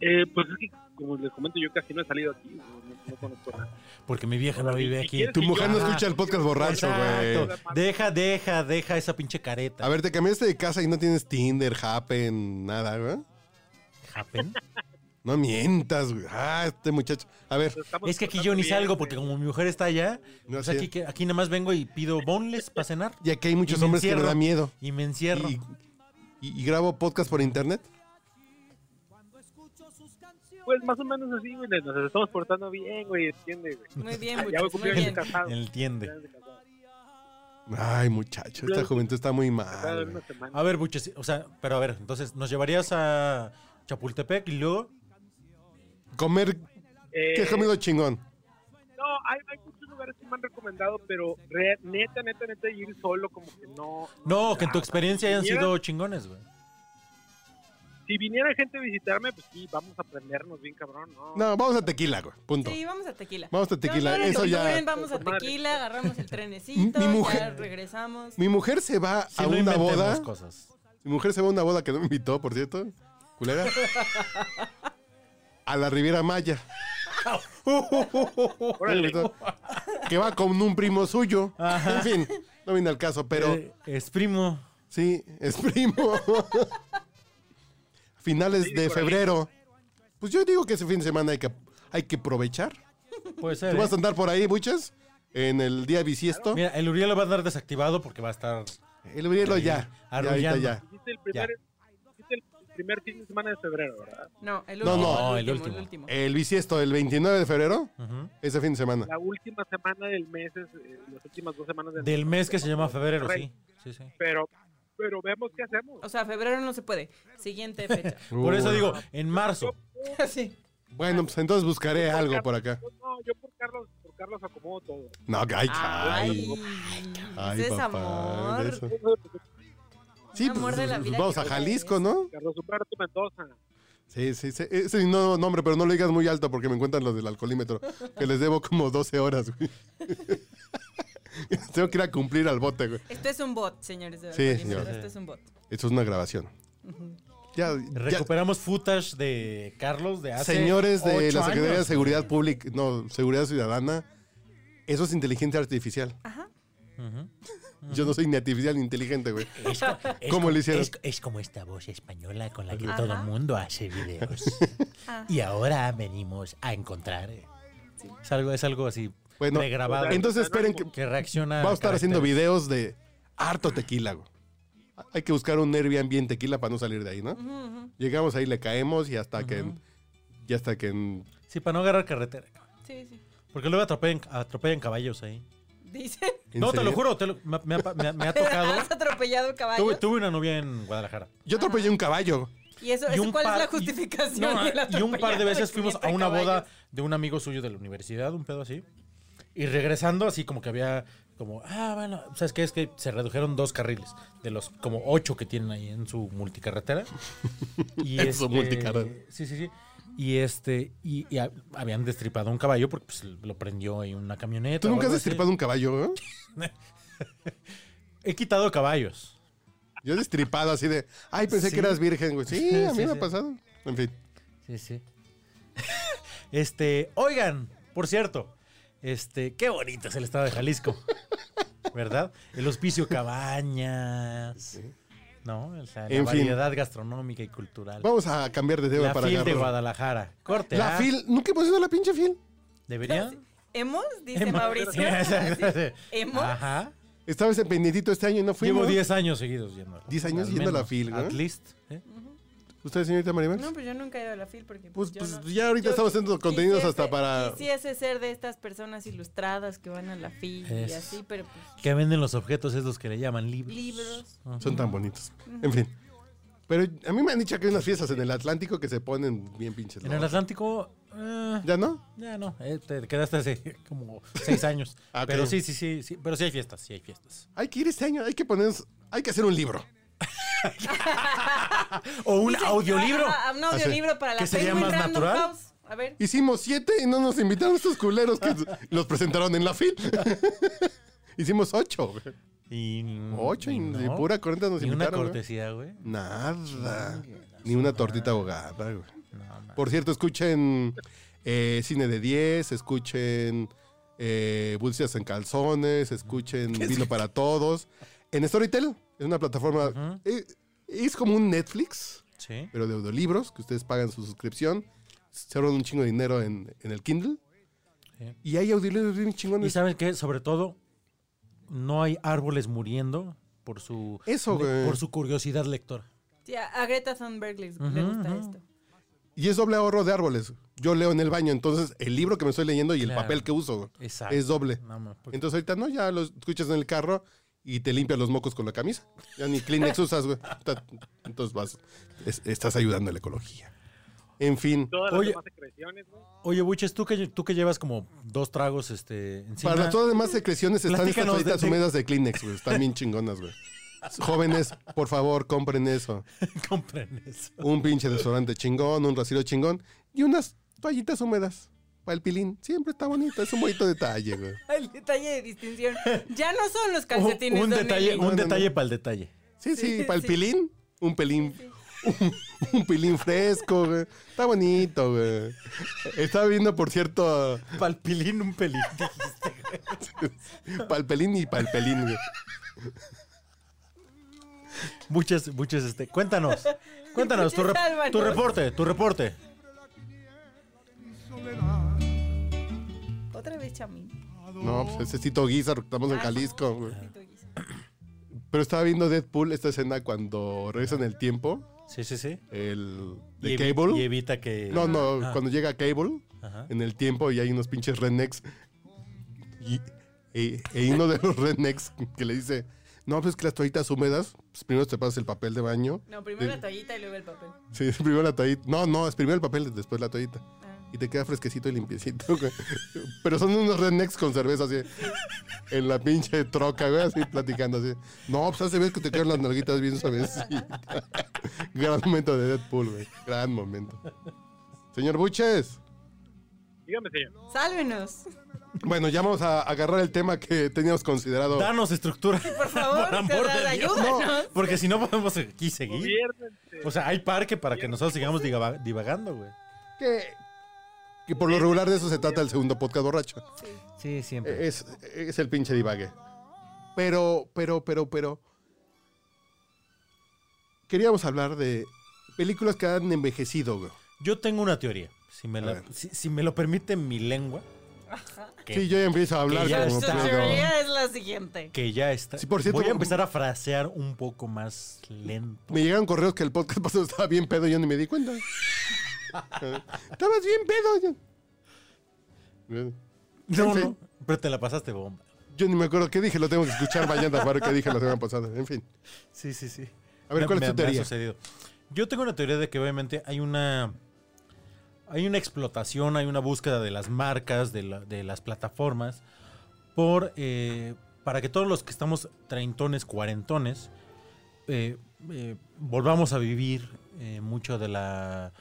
E: Eh, pues es que, como les comento, yo casi no he salido aquí. No, no- no conozco nada.
B: Porque mi vieja no vive
E: si
B: aquí.
E: quieres
A: Tu mujer no
B: Ajá.
A: escucha el podcast borracho, güey.
B: Exacto. Deja, deja, deja esa pinche careta.
A: A ver, te cambiaste de casa y no tienes Tinder, Happen, nada, güey.
B: Happen.
A: No mientas, güey. Ah, este muchacho. A ver,
E: Estamos
B: Es que aquí yo ni
E: bien,
B: salgo
E: güey.
B: porque como mi mujer está allá,
A: No,
B: pues
A: sí.
B: aquí, que- aquí nada más vengo y pido boneless para cenar
A: ya que hay
B: Y
A: muchos
B: me
A: hombres que
B: encierro.
A: le da miedo.
B: y me encierro.
A: Y, y- y grabo podcast por internet.
E: Pues más o menos así, güey. Nos estamos portando bien, güey. Entiende, güey.
D: Muy bien, Buches,
E: Ya voy a
D: muy
E: cumplir
D: bien.
E: años casados.
B: Entiende.
E: Años de casado.
A: Ay, muchacho, esta juventud está muy
B: Ah,
E: Casado en
A: mal.
E: una
A: güey.
E: semana.
B: A ver, buches, o sea, pero a ver, entonces nos llevarías a Chapultepec y luego
A: Comer,
B: Ah,
E: Eh,
A: ¿qué comido chingón?
E: No, hay, hay muchos lugares que me han recomendado, pero re- neta, neta, neta, ir solo como que no. Ah,
B: no, que en
A: Ah,
B: tu experiencia hayan
E: Mira.
B: sido chingones, güey.
E: Si viniera gente a visitarme, pues sí, vamos a aprendernos bien, cabrón, ¿no?
A: No, vamos a tequila, güey. Punto.
D: Sí, vamos a tequila.
A: Vamos a tequila,
D: No, no, no,
A: eso
D: no,
A: ya-
D: ven, Vamos a
E: Tomar.
D: tequila, agarramos el trenecito,
A: Mi
D: ya
A: mujer-
D: regresamos.
A: Mi mujer se va
B: Si
A: a
B: no
A: una
B: inventemos
A: boda.
B: cosas.
A: Mi mujer se va a una boda que no me invitó, por cierto. Culera. A la Riviera Maya.
E: Órale.
A: que va con un primo suyo. En fin, no viene al caso, pero
B: Eh, es primo.
A: sí, es primo. Finales de febrero. Pues yo digo que ese fin de semana hay que, hay que aprovechar.
B: Puede ser.
A: ¿Tú
B: ¿eh?
A: vas a andar por ahí, buches? En el día bisiesto.
B: Mira, el Uriel lo va a andar desactivado porque va a estar.
A: El brielo ya. ya, ahorita
B: Arrullando.
A: ya.
E: Hiciste el primer, hiciste el primer fin de semana de febrero, ¿verdad?
D: No, el
A: No,
D: último.
A: no.
B: No, el
D: El
B: último.
D: último.
A: El bisiesto, el 29 de febrero.
B: Ujú.
A: Ese fin de semana.
E: La última semana del mes, es, eh, las últimas dos semanas del,
B: Del mes que se llama febrero,
E: Rey.
B: sí. Sí, sí.
E: Pero, pero vemos qué hacemos.
D: O sea, febrero no se puede. Siguiente fecha.
B: Por eso
A: Uy.
B: digo, en marzo.
D: sí.
A: Bueno, pues entonces buscaré algo por acá.
E: Yo, pues, no, yo por Carlos, por Carlos acomodo todo.
A: No, ay,
D: Ay,
A: ay. Ay,
D: ese es
A: papá,
D: amor.
A: de eso.
E: pues,
A: Sí,
D: Un amor
A: pues,
D: de la vida
A: vamos
D: que
A: a
D: no
A: Jalisco,
D: ves.
A: ¿no?
E: Carlos Humberto Mendoza.
A: Sí, sí, Eh, sí. Ese no, nombre, pero no lo digas muy alto porque me encuentran los del alcoholímetro, que les debo como 12 horas, güey. Tengo que ir a cumplir al bote, güey.
D: Esto es un bot, señores. De
A: Sí,
D: Valparaíso,
A: señor.
D: Esto es un bot.
A: Esto es una grabación. Ya, ya-
B: Recuperamos footage de Carlos de hace.
A: señores de
B: ocho
A: la Secretaría de
B: años.
A: Seguridad Pública, no, Seguridad Ciudadana, eso es inteligencia artificial.
D: Ajá.
A: Yo no soy ni artificial ni inteligente, güey.
F: Es, co- es
A: ¿Cómo
F: co-
A: le hicieron?
F: Es, es como esta voz española con la que
D: Ajá. Ah.
F: todo el mundo hace videos. y ahora venimos a encontrar. eh,
B: Es algo, es algo así.
A: Bueno,
B: pregrabado.
A: entonces esperen que
B: que reacciona.
A: Vamos a estar haciendo
B: caracteres.
A: videos de harto tequila, güey. Hay que buscar un Airbnb en tequila para no salir de ahí, ¿no? Llegamos ahí, le caemos y hasta que... Y hasta que...
B: Sí, para no agarrar carretera.
D: Sí, sí.
B: Porque luego atropellan, atropellan caballos ahí.
D: Dicen.
A: ¿En
B: No, te
A: serio?
B: lo juro, te lo- me, me ha, me ha- me ha tocado.
D: Has atropellado caballos.
B: tuve, tuve una novia en Guadalajara.
A: Yo atropellé un caballo.
D: ¿Y eso, eso cuál es
B: par-
D: la
B: y-
D: justificación?
B: no,
D: del
B: y un par de
D: atropellado
B: veces fuimos a
D: siguiente
B: una boda
D: caballo?
B: de un amigo suyo de la universidad, un pedo así. Y regresando, así como que había como, ah, bueno, ¿sabes qué? Es que se redujeron dos carriles de los como ocho que tienen ahí en su multicarretera. Y
A: En su
B: este,
A: multicarretera.
B: Sí, sí, sí. Y este, y, y ha- habían destripado un caballo porque pues, lo prendió ahí una camioneta.
A: ¿Tú
B: o
A: nunca has
B: algo así.
A: destripado un caballo? eh?
B: He quitado caballos.
A: Yo he destripado así de, ay, pensé
B: Sí.
A: que eras virgen, güey. Sí, a mí
B: Sí,
A: me
B: sí.
A: ha pasado. En fin.
B: Sí, sí. este, oigan, por cierto, este, qué bonito es el estado de Jalisco. ¿Verdad? El hospicio Cabañas. ¿No? O sea, la
A: En fin.
B: variedad gastronómica y cultural.
A: Vamos a cambiar de tema
B: la
A: para
B: fil de
A: agarrar-
B: Guadalajara. Corte.
A: La
B: ¿ah?
A: fil, nunca hemos ido a la pinche fil.
B: ¿Deberían?
D: ¿Hemos? Dice
B: Hemos.
D: Mauricio.
B: Exacto.
D: ¿Hemos?
B: Ajá.
A: Estaba ese pendientito este año y no fuimos.
B: Llevo 10 años seguidos yendo.
A: 10 años yendo a la fil,
B: At
A: ¿no?
B: least. ¿eh?
A: ¿Usted, señorita Maribel?
D: No, pues yo nunca he ido a la fil porque
A: pues
D: yo
A: pues
D: no-
A: ya ahorita
D: yo
A: estamos haciendo contenidos
D: quisiese-
A: hasta para...
D: Quisiese ser de estas personas ilustradas que van a la fil y
B: Es-
D: así, pero pues
B: Que venden los objetos esos que le llaman libros.
D: libros.
A: Son tan bonitos. En fin. Pero a mí me han dicho que hay unas fiestas en el Atlántico que se ponen bien pinches.
B: En el
A: locas.
B: Atlántico. eh,
A: ¿Ya no?
B: Ya no, eh, te quedaste hace como seis años.
A: Ah, ok.
B: Pero sí, sí, sí, sí, pero sí hay fiestas, sí hay fiestas.
A: Hay que ir este año, hay que poner... Hay que hacer un libro.
B: O un
D: Dice,
B: audiolibro.
D: ah, ah, un
A: Así.
D: audiolibro para la
B: ¿Qué sería
D: Penguin
B: más
D: Random
B: natural?
D: House. A ver.
A: Hicimos siete y no nos invitaron estos culeros que los presentaron en la fil. Hicimos ocho. güey.
B: Y
A: Ocho y,
B: Mm, no,
A: y pura corneta nos
B: ni una
A: invitaron. ¿eh? güey.
B: cortesía, güey.
A: Nada. Ni una tortita ahogada, güey.
B: No, no.
A: Por cierto, escuchen eh, Cine de 10, escuchen eh, Bucias en Calzones, escuchen Vino para Todos. En Storytel, es una plataforma, eh, es como un Netflix,
B: Sí.
A: pero de audiolibros, que ustedes pagan su suscripción, se ahorran un chingo de dinero en, en el Kindle.
B: Sí.
A: Y hay audiolibros bien
B: Y
A: chingones.
B: saben que sobre todo no hay árboles muriendo por su
A: Eso,
B: le-
A: güey.
B: por su curiosidad lectora.
D: Sí, a a Greta Thunberg le, le
B: Ujú,
D: gusta
B: ujú.
D: esto.
A: Y es doble ahorro de árboles. Yo leo en el baño, entonces el libro que me estoy leyendo y
B: Claro.
A: el papel que uso
B: Exacto.
A: es doble.
B: No, pues. no, porque-
A: Entonces ahorita no, ya lo escuchas en el carro y te limpias los mocos con la camisa. Ya ni Kleenex usas, güey. Ta- Entonces vas, es- estás ayudando a la ecología. En fin,
E: Todas las
B: Oye.
E: demás secreciones, güey.
B: Oye, Buches, tú que tú que llevas como dos tragos este encima.
A: para todas las demás secreciones están estas
B: Platícanos de-
A: toallitas
B: de-
A: húmedas de Kleenex, güey. Están bien chingonas, güey. Jóvenes, por favor, compren eso.
B: compren eso.
A: Un pinche desodorante chingón, un rasero chingón y unas toallitas húmedas. Para el pilín. Siempre está bonito. Es un bonito detalle, güey.
D: El detalle de distinción. Ya no son los
B: Un,
D: calcetines.
B: un
D: don
B: detalle,
D: Eli.
B: un
A: No, no, no.
B: detalle para el detalle.
A: Sí, sí,
D: Sí,
A: para el
D: sí.
A: pilín, un pelín, un, un pilín fresco, güey. Está bonito, güey. Estaba viendo, por cierto,
B: Palpilín, un pelín.
A: para el pelín y para el pelín, güey.
B: Muchas, muchas, este. Cuéntanos. Cuéntanos tu,
D: Muchas
B: rep-
D: álvanos.
B: tu reporte, tu reporte.
D: Otra vez chamín.
A: No, pues ese es Tito Guizar, estamos en Jalisco, güey.
D: Tito Guisa.
A: Pero estaba viendo Deadpool, esta escena cuando regresa en el tiempo,
B: Sí, sí, sí.
A: el
B: Y
A: de
B: evi- Y
A: Cable.
B: evita que.
A: No, no,
B: Ah.
A: cuando llega Cable
B: Ajá.
A: en el tiempo y hay unos pinches rednecks. Y, y- y uno de los rednecks que le dice, no, pues que las toallitas húmedas, pues primero te pasas el papel de baño.
D: No, primero
A: Sí.
D: la toallita y luego el papel.
A: Sí, primero la toallita. No, no, es primero el papel, después la toallita.
D: Ah.
A: Y te queda fresquecito y limpiecito, güey. Pero son unos rednecks con cerveza así. En la pinche troca, güey, así platicando así. No, pues hace vez que te quedan las nalguitas bien suavecitas. Gran momento de Deadpool, güey. Gran momento. Señor Buches.
E: Dígame, señor.
D: Sálvenos,
A: Bueno, ya vamos a agarrar el tema que teníamos considerado.
B: Danos estructura.
D: por favor. Ferrar, ayúdanos.
B: Porque si no podemos aquí seguir.
E: Gobiernense.
B: O sea, hay parque para que nosotros sigamos diga- divagando, güey.
A: Que, que por lo regular de eso se trata el segundo podcast borracho.
B: Sí, siempre.
A: Es, es el pinche divague. Pero, pero, pero, pero. Queríamos hablar de películas que han envejecido, güey.
B: Yo tengo una teoría. Si me, la-
A: ver.
B: si, si me lo permite mi lengua, ¿Qué?
A: Sí, yo ya empiezo a hablar
B: Que ya
A: como
D: Nuestra
B: está.
A: pedo.
D: teoría es la siguiente.
B: que ya está.
A: Sí, por cierto,
B: voy a empezar a frasear un poco más lento.
A: Me llegaron correos que el podcast pasado estaba bien pedo y yo ni me di cuenta. Estabas bien pedo. Yo,
B: No,
A: Sí.
B: no. Pero te la pasaste bomba.
A: yo ni me acuerdo qué dije, lo tengo que escuchar mañana para ver qué dije la semana pasada. En fin.
B: Sí, sí, sí.
A: A ver,
B: Me-
A: ¿cuál es
B: me-
A: tu
B: me ha
A: teoría?
B: sucedido. Yo tengo una teoría de que obviamente hay una. Hay una explotación, hay una búsqueda de las marcas, de, la- de las plataformas, por. eh, para que todos los que estamos treintones, cuarentones, eh, eh, volvamos a vivir eh, mucho de la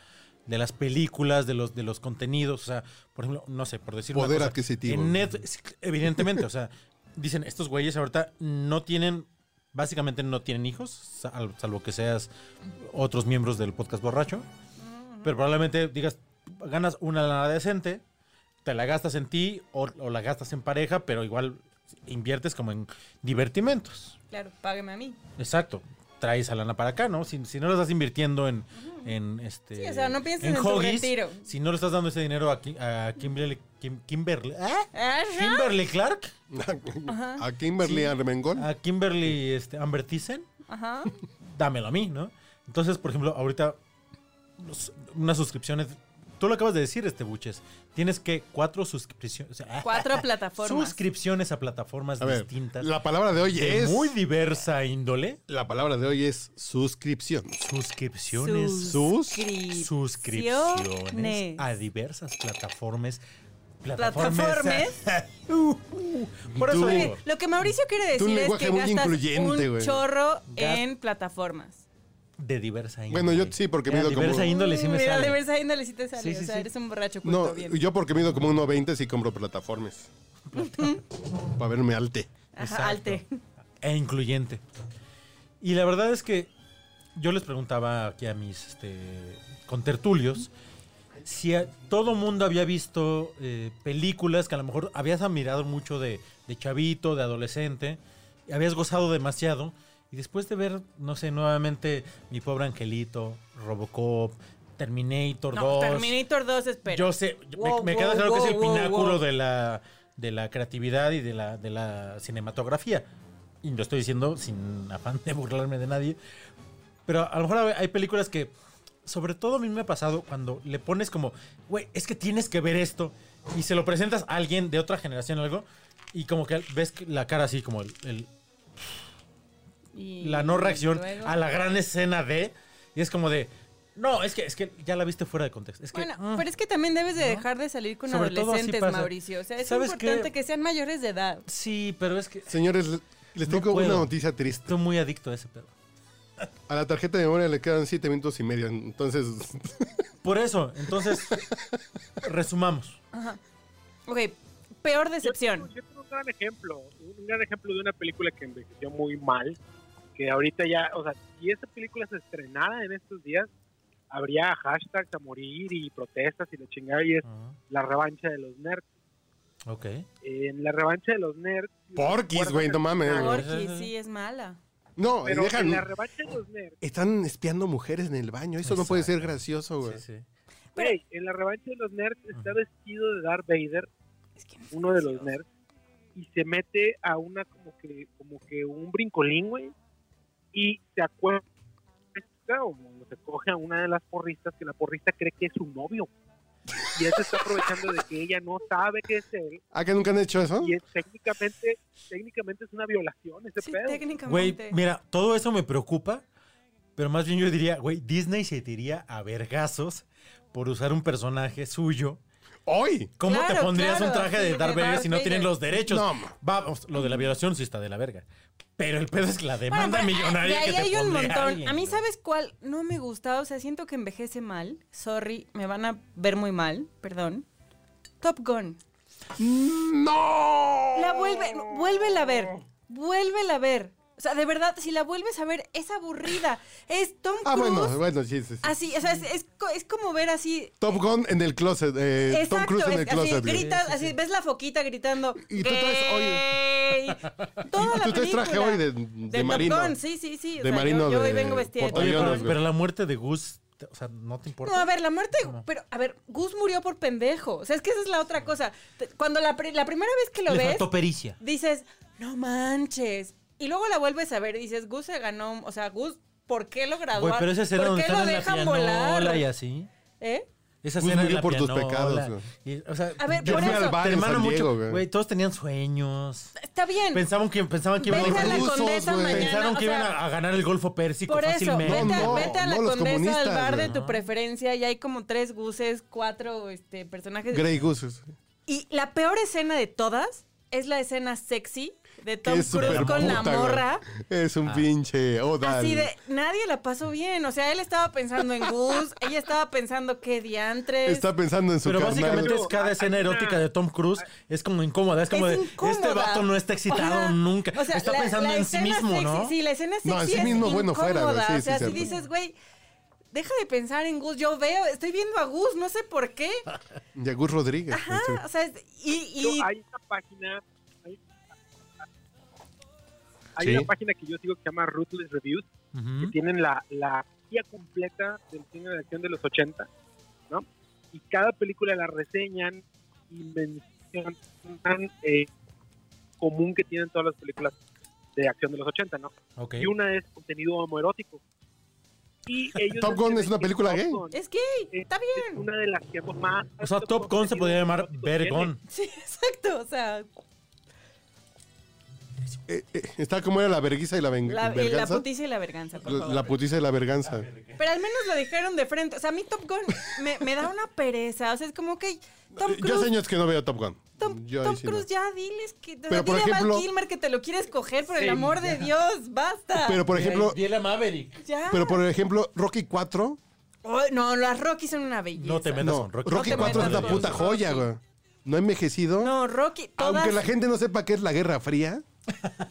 B: de las películas, de los, de los contenidos, o sea, por ejemplo, no sé, por decir una
A: Poder
B: cosa,
A: adquisitivo.
B: En Netflix, evidentemente, o sea, dicen, estos güeyes ahorita no tienen, básicamente no tienen hijos, sal- salvo que seas otros miembros del podcast borracho, pero probablemente digas, ganas una lana decente, te la gastas en ti o, o la gastas en pareja, pero igual inviertes como en divertimentos.
D: Claro, págame a mí.
B: Exacto. Traes esa lana para acá, ¿no? Si, si no lo estás invirtiendo en, en este.
D: Sí, o sea, no pienses en tu retiro.
B: Si no le estás dando ese dinero a, Ki- a Kimberly, Kim- Kimberly- ¿ah?
D: Ajá.
B: Kimberly Clark,
A: a Kimberly
B: Sí. Ah,
A: Armengol.
B: a Kimberly este, Amber Thyssen,
D: Ajá.
B: dámelo a mí, ¿no? Entonces, por ejemplo, ahorita los- unas suscripciones. Tú lo acabas de decir, este Buches. Tienes que cuatro suscripciones. o sea, ah,
D: Cuatro plataformas.
B: suscripciones a plataformas
A: A ver,
B: distintas.
A: la palabra de hoy
B: de
A: es.
B: muy diversa índole.
A: La palabra de hoy es suscripción.
B: Suscripciones. suscripciones a diversas plataformas.
D: Plataformes.
B: Uh, uh, por eso
A: Tú-
B: digo,
D: Oye, Lo que Mauricio quiere
A: Tú un
D: decir es
A: lenguaje
D: que
A: muy
D: gastas
A: incluyente,
D: un
A: güey.
D: chorro
B: Gas-
D: en plataformas.
B: de diversa índole.
A: Bueno, yo sí, porque
B: Mira,
A: mido como-
B: diversa índole sí me
D: Mm, Mira,
B: sale.
D: de verdad índole sí te sale.
B: Sí, sí,
D: o sea,
B: sí.
D: eres un borracho culto
A: No,
D: bien.
A: yo porque mido como 1.20 sí compro plataformas. Para verme alte.
D: Ajá,
B: Exacto.
D: alte.
B: E incluyente. Y la verdad es que yo les preguntaba aquí a mis este, contertulios si a- todo mundo había visto eh, películas que a lo mejor habías admirado mucho de, de chavito, de adolescente, y habías gozado demasiado. Y después de ver, no sé, nuevamente Mi Pobre Angelito, Robocop, Terminator
D: No,
B: 2.
D: Terminator 2, espera.
B: Yo sé, yo- me-
D: Wow,
B: me, queda
D: wow,
B: claro que es el
D: wow, wow,
B: pináculo
D: wow.
B: de la de la creatividad y de la, de la cinematografía. Y lo estoy diciendo sin afán de burlarme de nadie. Pero a lo mejor hay películas que, sobre todo a mí me ha pasado cuando le pones como, güey, es que tienes que ver esto. Y se lo presentas a alguien de otra generación o algo. Y como que ves que la cara así, como el- el-
D: Y
B: la no reacción Ah,
D: luego-
B: a la gran escena de. Y es como de, no, es que, es que ya la viste fuera de contexto. Es que,
D: Bueno,
B: mm.
D: pero es que también debes de dejar de salir con
B: Sobre todo así
D: adolescentes,
B: pasa.
D: Mauricio. O sea, es
B: ¿Sabes qué?
D: importante que sean mayores de edad.
B: Sí, pero es que
A: Señores, les
B: No
A: tengo una
B: puedo.
A: noticia triste.
B: estoy muy adicto a ese pedo.
A: A la tarjeta de memoria le quedan 7 minutos y medio. Entonces,
B: Por eso, entonces, resumamos.
D: Ok, peor
E: Yo
D: decepción.
E: tengo- Yo tengo un gran ejemplo, un gran ejemplo de una película que envejeció muy mal, que ahorita ya, o sea, si esa película se estrenara en estos días, habría hashtags a morir y protestas y la chingada, y es la revancha de los nerds.
B: ok.
E: En la revancha de los nerds...
A: porquis, güey, no mames.
B: Ah,
A: güey.
D: Porque sí es mala.
A: No, y
E: Pero en la
A: dejan.
E: revancha de los nerds,
A: Están espiando mujeres en el baño. Eso no puede ser gracioso, güey.
B: Sí, sí.
D: Pero-
E: güey, en la revancha de los nerds está
B: Ujú.
E: vestido de Darth Vader
D: Es que no es
E: uno de los
D: gracioso.
E: nerds y se mete a una como que como que un brincolín güey y se acuerda o se coge a una de las porristas que la porrista cree que es su novio y él se está aprovechando de que ella no sabe que es él
A: ¿Ah, que nunca han hecho eso?
E: y es, técnicamente técnicamente es una violación ese
D: Sí,
E: pedo
B: Güey,
D: técnicamente.
B: mira, todo eso me preocupa, pero más bien yo diría, güey, Disney se tiría a vergazos por usar un personaje suyo.
A: ¡Hoy!
B: ¿Cómo te
D: Claro,
B: pondrías
D: claro,
B: un traje
D: sí,
B: de
D: de
B: Darth Vader
D: Darth
B: si no tienen
D: Vader.
B: los derechos?
A: No, ma-
B: Vamos, lo de la violación sí está de la verga. Pero el pedo es la
D: Bueno,
B: demanda
D: pero,
B: millonaria
D: de ahí
B: que te
D: hay un
B: pondría
D: montón.
B: alguien,
D: a mí,
B: ¿no?
D: ¿sabes cuál? No me gusta. O sea, siento que envejece mal. Sorry, me van a ver muy mal. Perdón. Top Gun.
A: ¡No!
D: La vuelve, no, vuélvela a ver. Vuélvela a ver. O sea, de verdad, si la vuelves a ver, es aburrida. Es Tom Cruise.
A: Ah, bueno, bueno, sí, sí, sí.
D: Así, o sea, es, es co- es como ver así.
A: Top Gun en el closet. eh, Tom Cruise en
D: es-
A: el closet.
D: así,
A: güey.
D: gritas, así, ves la foquita gritando.
A: Y tú traes
D: hoy. Toda
A: Y
D: la
A: tú traes
D: película.
A: traje hoy de- de
D: Top
A: marino.
D: Gun, Sí, sí, sí. O
A: De
D: sea,
A: marino
D: Yo, yo hoy
A: de
D: vengo vestida de Top
B: Oye,
A: Oye,
D: Gun.
A: no,
B: pero,
A: güey.
B: pero la muerte de Gus, te- o sea, no te importa.
D: No, a ver, la muerte,
B: ¿Cómo?
D: pero a ver, Gus murió por pendejo. O sea, es que esa es la otra cosa. Te- Cuando la, pri- la primera vez que lo
B: Le
D: ves,
B: faltó pericia.
D: dices, no manches. Y luego la vuelves a ver y dices, Gus se ganó, o sea, Gus, ¿por qué lo graduó?
B: Güey, pero esa escena
D: ¿Por
B: donde
D: qué lo
B: están en la
D: dejan volar?
B: pianola y así.
D: ¿Eh?
B: Esa
A: Gus
B: escena de
A: murió
B: la
A: por tus
B: pianola.
A: pecados, güey.
B: Y, o sea,
D: A ver,
B: yo
D: por
B: fui
D: eso.
B: al bar
A: Te
B: en
A: hermano
B: San
A: mucho.
B: Diego, güey.
A: güey.
B: todos tenían sueños.
D: Está bien.
B: Pensaban que, pensaban que iban,
D: Vete a la
A: rusos,
D: condesa
A: güey.
D: mañana.
B: pensaron que
D: o sea,
B: iban a, a ganar el Golfo Pérsico
D: Por eso,
B: fácilmente.
D: vete, a-
A: No,
D: vete a la
A: no, los
D: condesa al
A: comunistas,
D: bar de
A: güey.
D: tu preferencia y hay como tres guses, cuatro este, personajes.
A: Grey Goose.
D: Y la peor escena de todas es la escena sexy de Tom
A: es
D: Cruise
A: súper
D: con la
A: puta, güey.
D: morra.
A: Es
B: Ah.
A: un pinche Odal.
D: Así de, nadie la pasó bien. O sea, él estaba pensando en Gus, ella estaba pensando qué diantres.
A: Está pensando en su
B: Pero
A: carnal.
B: básicamente es cada escena erótica de Tom Cruise es como incómoda, es como
D: Es
B: de
D: incómoda.
B: este vato no está excitado
D: Ajá.
B: nunca,
D: O sea,
B: está
D: la-
B: pensando
D: la
B: en sí
D: escena
B: mismo,
D: sexy-
B: ¿no?
D: Sí, la escena sexy
A: No, en sí
D: es
A: mismo, bueno, fuera, güey,
D: incómoda.
A: sí,
D: o sea,
A: sí,
D: si
A: cierto.
D: dices, güey, deja de pensar en Gus, yo veo, estoy viendo a Gus, no sé por qué.
A: Yagur Rodríguez. Este,
D: Ajá,
A: Ah, Sí.
D: o sea, es- y,
E: Yo-
D: y
E: hay una página hay, hay
A: Sí.
E: una página que yo sigo que se llama Ruthless Reviews que
B: Ujú.
E: tienen la, la guía completa del cine de acción de los 80 ¿no? y cada película la reseñan y mencionan eh, común que tienen todas las películas de acción de los 80 ¿no?
B: Ok.
E: y una es contenido homoerótico y ellos
A: Top Gun
E: dicen
A: es una
E: que
A: película
E: Top
A: gay.
E: Gun
D: es que está
E: es
D: bien.
E: una de las que más
B: O sea, Top Gun se podría llamar
E: contenido erótico tiene.
B: Vergon.
D: Sí, exacto, o sea,
A: Eh, eh, está como era la verguiza y la, veng-
D: la, eh, la
A: verganza.
D: putiza y la verganza, por
A: La-
D: favor.
A: la putiza y la verganza.
D: Pero al menos lo dijeron de frente. O sea, a mí Top Gun me, me da una pereza. O sea, es como que
A: Yo Eh,
D: Tom
A: hace
D: Cruise...
A: años que no veo Top Gun.
D: Tom,
A: Mm, Yo ahí
D: Tom
A: sí no.
D: Cruise, ya diles que. o sea,
A: Pero, por
D: dile a
A: ejemplo-
D: Val Kilmer que te lo quieres coger, por el amor de Dios, basta.
A: Pero por ejemplo,
B: Viene a Maverick.
D: ya.
A: pero por ejemplo, Rocky 4,
D: Oh, no, las Rocky son una belleza.
B: No te metas
A: no,
B: con Rocky.
A: Rocky
D: No te
A: 4 es la
D: metas con
A: puta joya, güey. No ha envejecido.
D: No, Rocky, todas,
A: Aunque la gente no sepa qué es la Guerra Fría.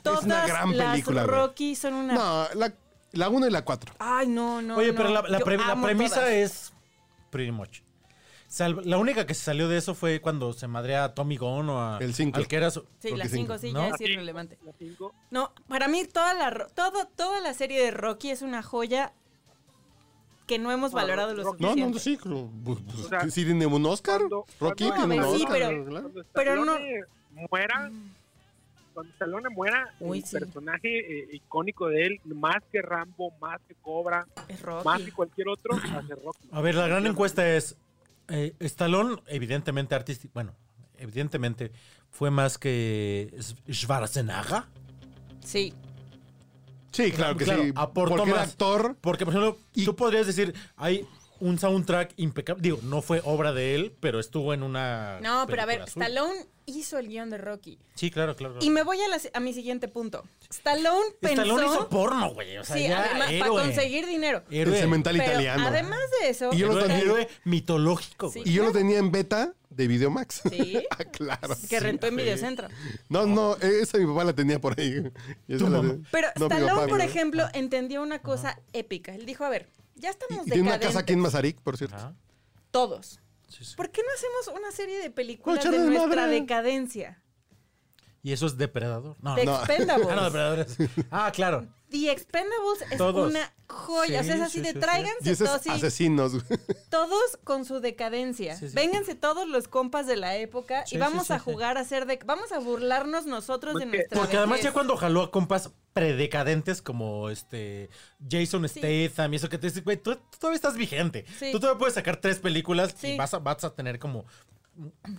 D: todas
A: una gran
D: las
A: película, güey.
D: Rocky son una.
A: No, la, la 1 y la 4.
D: Ay, no, no.
B: Oye, pero
D: no.
B: la, la
D: Yo
B: pre- la
D: amo
B: premisa
D: todas.
B: es pretty much. Salvo- la única que se salió de eso fue cuando se madrea a Tommy Gunn o a,
A: El cinco.
B: al que era su-
D: Sí,
A: Rocky
D: las
A: cinco,
D: cinco, sí,
B: ¿no?
D: ya es irrelevante.
E: Las cinco,
D: No, para mí toda la, ro- todo, toda la serie de Rocky es una joya que no hemos
E: No,
D: valorado los
E: Rocky.
A: No, no,
D: suficiente.
A: no, sí. creo- bu- bu-
E: O sea,
A: sí tiene un Oscar.
E: cuando-
A: Rocky
E: cuando-
A: tiene
D: No, a
A: un
D: ver, sí,
A: Oscar.
D: pero-
A: claro.
E: Cuando
D: Pero no-
E: Stallone muera, cuando Stallone muera,
D: Uy,
E: el
D: sí.
E: personaje eh, icónico de él, más que Rambo, más que Cobra,
D: Es
E: más que
D: Rocky.
E: cualquier otro, hace Rocky.
B: A ver, la gran encuesta es, eh, Stallone, evidentemente artístico, bueno, evidentemente fue más que S- Schwarzenegger.
D: Sí.
A: Sí, claro que
B: Claro,
A: sí.
B: aportó
A: Porque era
B: más.
A: actor.
B: Porque, por ejemplo,
A: Y-
B: tú podrías decir, hay un soundtrack impecable, digo, no fue obra de él, pero estuvo en una...
D: No, pero a ver,
B: película suya.
D: Stallone hizo el guión de Rocky.
B: Sí, claro, claro.
D: Y me voy a, la- a mi siguiente punto. Stallone pensó.
B: Stallone hizo porno, güey. O sea,
D: sí,
B: ya
D: además,
B: héroe.
D: para conseguir dinero.
A: El
B: Héroe.
A: cemental
D: Pero
A: italiano.
D: además de eso.
A: Y yo lo
B: héroe,
A: tenía-
B: héroe mitológico,
D: Sí.
B: güey.
A: Y yo lo tenía en beta de Videomax.
D: Sí.
A: ah, claro.
D: que rentó en Videocentro.
A: No, no, esa mi papá la tenía por ahí. Esa la
B: mamá.
A: de-
D: Pero
A: No, mi
D: Stallone,
A: papá,
D: por
A: güey.
D: ejemplo, entendió una cosa épica. Él dijo, a ver, ya
A: Y-
D: estamos
A: y tiene una
D: decadentes.
A: casa aquí en Mazarik, por cierto.
B: Ajá.
D: Todos.
B: Sí, sí.
D: ¿Por qué no hacemos una serie de películas
A: Pues,
D: de
A: echarles
D: nuestra
A: madre.
D: decadencia?
B: Y eso es depredador. No,
D: The
B: no.
D: Expendables.
B: Ah, no, depredadores. Ah, claro.
D: The Expendables es
B: Todos.
D: una joya. o sea, es
B: Sí,
D: así
B: sí,
D: de
B: sí, sí.
A: Y
D: tráiganse
A: ese
D: todos,
A: es
D: sí,
A: asesinos. güey.
D: todos con su decadencia.
B: Sí, sí.
D: Vénganse todos los compas de la época
B: Sí,
D: y
B: sí,
D: vamos
B: sí,
D: a
B: sí.
D: jugar a ser de... Vamos a burlarnos nosotros de
E: Porque-
D: nuestra
B: Porque además
D: vejez.
B: ya cuando jaló a compas predecadentes como este Jason
D: Sí.
B: Statham y eso que te dice, güey, tú, tú todavía estás vigente.
D: Sí.
B: Tú todavía puedes sacar tres películas
D: Sí.
B: y vas a, vas a tener como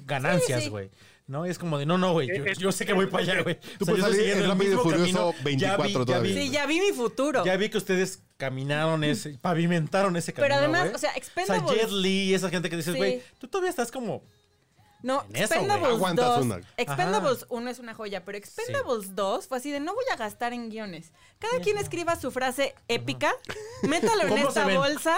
B: ganancias,
D: Sí, sí.
B: güey. No, es como de, no, no, güey, yo,
E: Eh, eh,
B: yo sé que voy para allá, güey.
A: Tú puedes salir en Rápido y Furioso 24 todavía.
D: Sí, ya vi mi futuro.
B: Ya vi que ustedes caminaron ese, pavimentaron ese camino,
D: Pero además,
B: güey.
D: o sea, Expendables-
B: Jet Li, esa gente que dices,
D: Sí.
B: güey, tú todavía estás como...
D: No,
B: En eso, güey.
D: Expendables
A: Aguantas
D: 2.
A: una.
D: Expendables 1 es una joya, pero Expendables 2 fue así de no voy a gastar en guiones. Cada quien escriba su frase épica, métalo en
B: ¿Cómo se
D: esta
B: ven?
D: bolsa.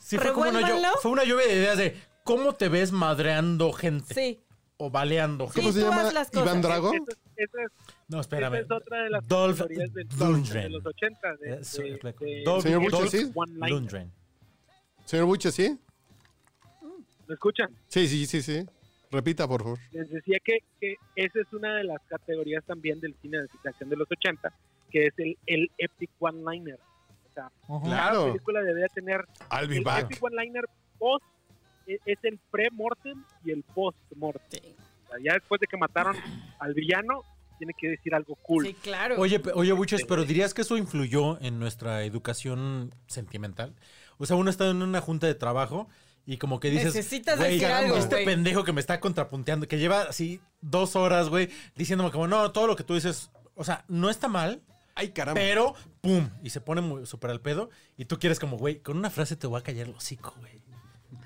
B: Sí, fue, como una, llo-
D: Revuélvanlo.
B: fue una lluvia de ideas de cómo te ves madreando gente
D: Sí.
B: o baleando gente.
A: ¿Cómo
D: tú
A: se llama?
D: haz las cosas.
A: Iván Drago.
E: Esa, es- esa es,
B: No,
E: esa
B: espérame.
E: es otra de las
B: Dolph
E: teorías del- de
B: Lundgren.
E: los 80. De,
B: Eh, so-
E: de-
B: explico.
E: de-
B: Dolph-
A: Señor
E: de-
A: Buche,
E: de-
A: ¿sí?
E: One Line.
B: Lundgren.
A: Señor Buche, ¿sí?
E: ¿Me escuchan?
A: Sí, sí, sí, sí. Repita, por favor.
E: les decía que, que esa es una de las categorías también del cine de ciencia ficción de los 80, que es el, el epic one-liner. O sea, cada
A: Claro.
E: película debería tener
A: I'll be
E: el
A: back.
E: epic one-liner post, e- es el pre-mortem y el post-mortem. O sea, ya después de que mataron al villano, tiene que decir algo cool.
D: Sí, claro.
B: Oye, pe- oye, Buches, pero dirías que eso influyó en nuestra educación sentimental. O sea, uno está en una junta de trabajo y como que dices.
D: Necesitas
B: "Güey,
D: decir
A: algo,
B: Este
D: güey".
B: pendejo que me está contrapunteando, que lleva así dos horas, güey, diciéndome como, no, todo lo que tú dices, o sea, no está mal,
A: Ay, caramba.
B: pero pum, y se pone muy- súper al pedo. Y tú quieres, como, güey, con una frase te voy a callar el hocico, güey.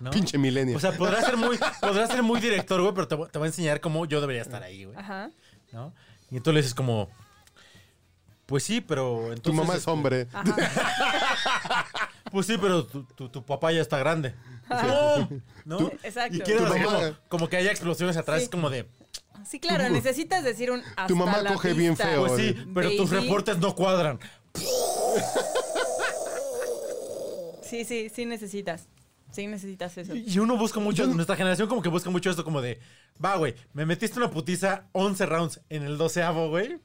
B: ¿No?
A: Pinche milenio.
B: O sea, podrá ser muy, podrá ser muy director, güey, pero te, va- te va a enseñar cómo yo debería estar ahí, güey.
D: Ajá.
B: ¿No? Y entonces le dices como, Pues sí, pero entonces...
A: Tu mamá es hombre.
B: Pues sí, pero tu, tu- tu papá ya está grande. ¡No! ¿No?
A: Tú-
D: Exacto.
B: Y quieres
A: Tu
B: así
A: mamá-
B: como, como que haya explosiones atrás,
D: Sí.
B: es como de...
D: Sí, claro, necesitas decir un hasta
A: Tu mamá
D: la
A: coge bien
D: vista.
A: feo.
B: Pues sí, pero tus
D: Baby.
B: reportes no cuadran.
D: Sí, sí, sí necesitas. Sí necesitas eso.
B: Y y uno busca mucho, nuestra generación como que busca mucho esto como de... Va, güey, me metiste una putiza 11 rounds en el 12avo, güey.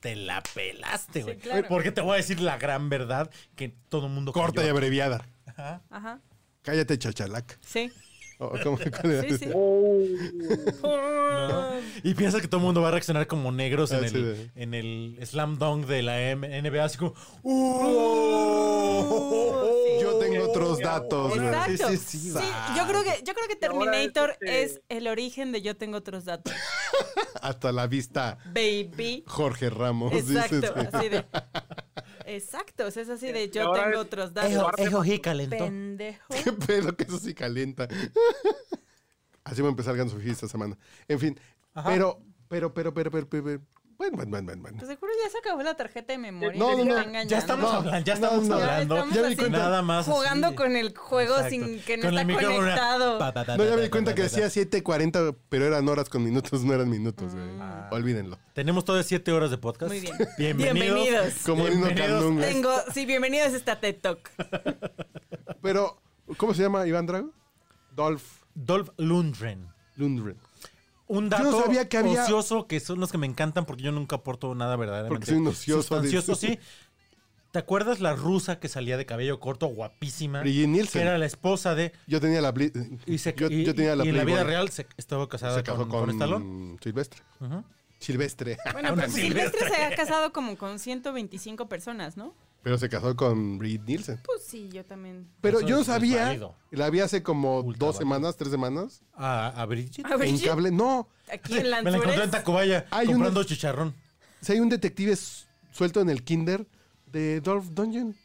B: Te la pelaste, güey.
D: claro.
B: Porque te voy a decir la gran verdad que todo el mundo...
A: Corta y
B: cayó.
A: abreviada.
D: Ajá.
A: Cállate, chachalac.
D: Sí.
A: O- ¿cómo- cuál era?
D: Sí, sí.
E: Oh.
B: Y piensa que todo el mundo va a reaccionar como negros en,
A: Ah, sí,
B: el,
A: de-
B: en el slam dunk de la M- NBA, así como... ¡Uh!
A: Yo tengo otros datos. güey.
D: Exacto.
B: Sí, sí, sí.
D: Sí, yo creo que yo creo que
E: ahora
D: Terminator
E: este-
D: es el origen de yo tengo otros datos.
A: Hasta la vista,
D: Baby.
A: Jorge Ramos. dices,
D: Exacto,
A: güey.
D: así de. Exacto, o sea, es así de
E: Y
D: yo
E: ahora
D: tengo
E: es-
D: otros
F: Ejo,
D: datos.
F: ejo, jica, lento.
D: Pendejo.
A: Qué pedo que eso sí calienta. Así va a empezar Ganso Fiji esta semana. En fin, pero, pero, pero, pero, pero, pero, pero- Bueno, bueno, bueno, bueno, bueno.
D: Pues seguro ya se acabó la tarjeta de memoria.
A: No,
D: te
A: no, no.
D: está engañando.
B: Ya estamos
A: No,
B: hablando, ya
A: no,
B: estamos
A: no.
B: hablando.
D: Ya estamos
A: Ya me di cuenta.
B: Nada más. así.
D: Jugando con el juego
B: Exacto.
D: sin que no
B: Con la
D: está
B: micrófono, una-
D: conectado.
B: pa, pa, pa,
A: No, ya
B: pa,
A: me di
B: pa,
A: cuenta
B: pa,
A: que
B: pa,
A: decía
B: pa.
A: 7.40, pero eran horas con minutos, no eran minutos, güey. Olvídenlo.
B: Tenemos todavía siete horas de podcast.
D: Muy bien.
B: Bienvenidos.
D: Pues Bienvenidos.
A: Como Nino
B: Bienvenidos.
A: Candún, güey.
D: Tengo, sí, bienvenidos a esta TED Talk.
A: Pero, ¿cómo se llama Iván Drago? Dolph
B: Dolph Lundgren.
A: Lundgren.
B: Un dato
A: no sabía que había-
B: ocioso que son los que me encantan porque yo nunca aporto nada verdaderamente.
A: Porque soy un ocioso,
B: Sustancioso,
A: dices.
B: sí. ¿Te acuerdas la rusa que salía de cabello corto, guapísima?
A: Brigitte Nielsen.
B: Que era la esposa de...
A: Yo tenía la... bli-
B: Y, se-
A: yo,
B: y-
A: yo tenía la
B: y en la
A: Playboy.
B: vida real se, estaba casada
A: Se casó
B: con, con Stallone.
A: con Silvestre. Silvestre.
D: Bueno, pues Silvestre se ha casado como con 125 personas, ¿no?
A: Pero se casó con Brigitte Nielsen.
D: Pues sí, yo también.
A: Pero
B: Eso
A: yo no
B: es- es
A: sabía.
B: válido.
A: La vi hace como
B: Ultra
A: dos
B: válido.
A: semanas, tres semanas.
B: A, a Brigitte.
D: A ver,
A: En
D: sí,
A: cable. No.
D: Ah, aquí en
B: Me la encontré
D: Lanzures.
B: en Tacubaya
A: Hay
B: comprando
A: unos-
B: chicharrón.
A: Si hay un detective s- suelto en el Kinder de Dolph Dungeon.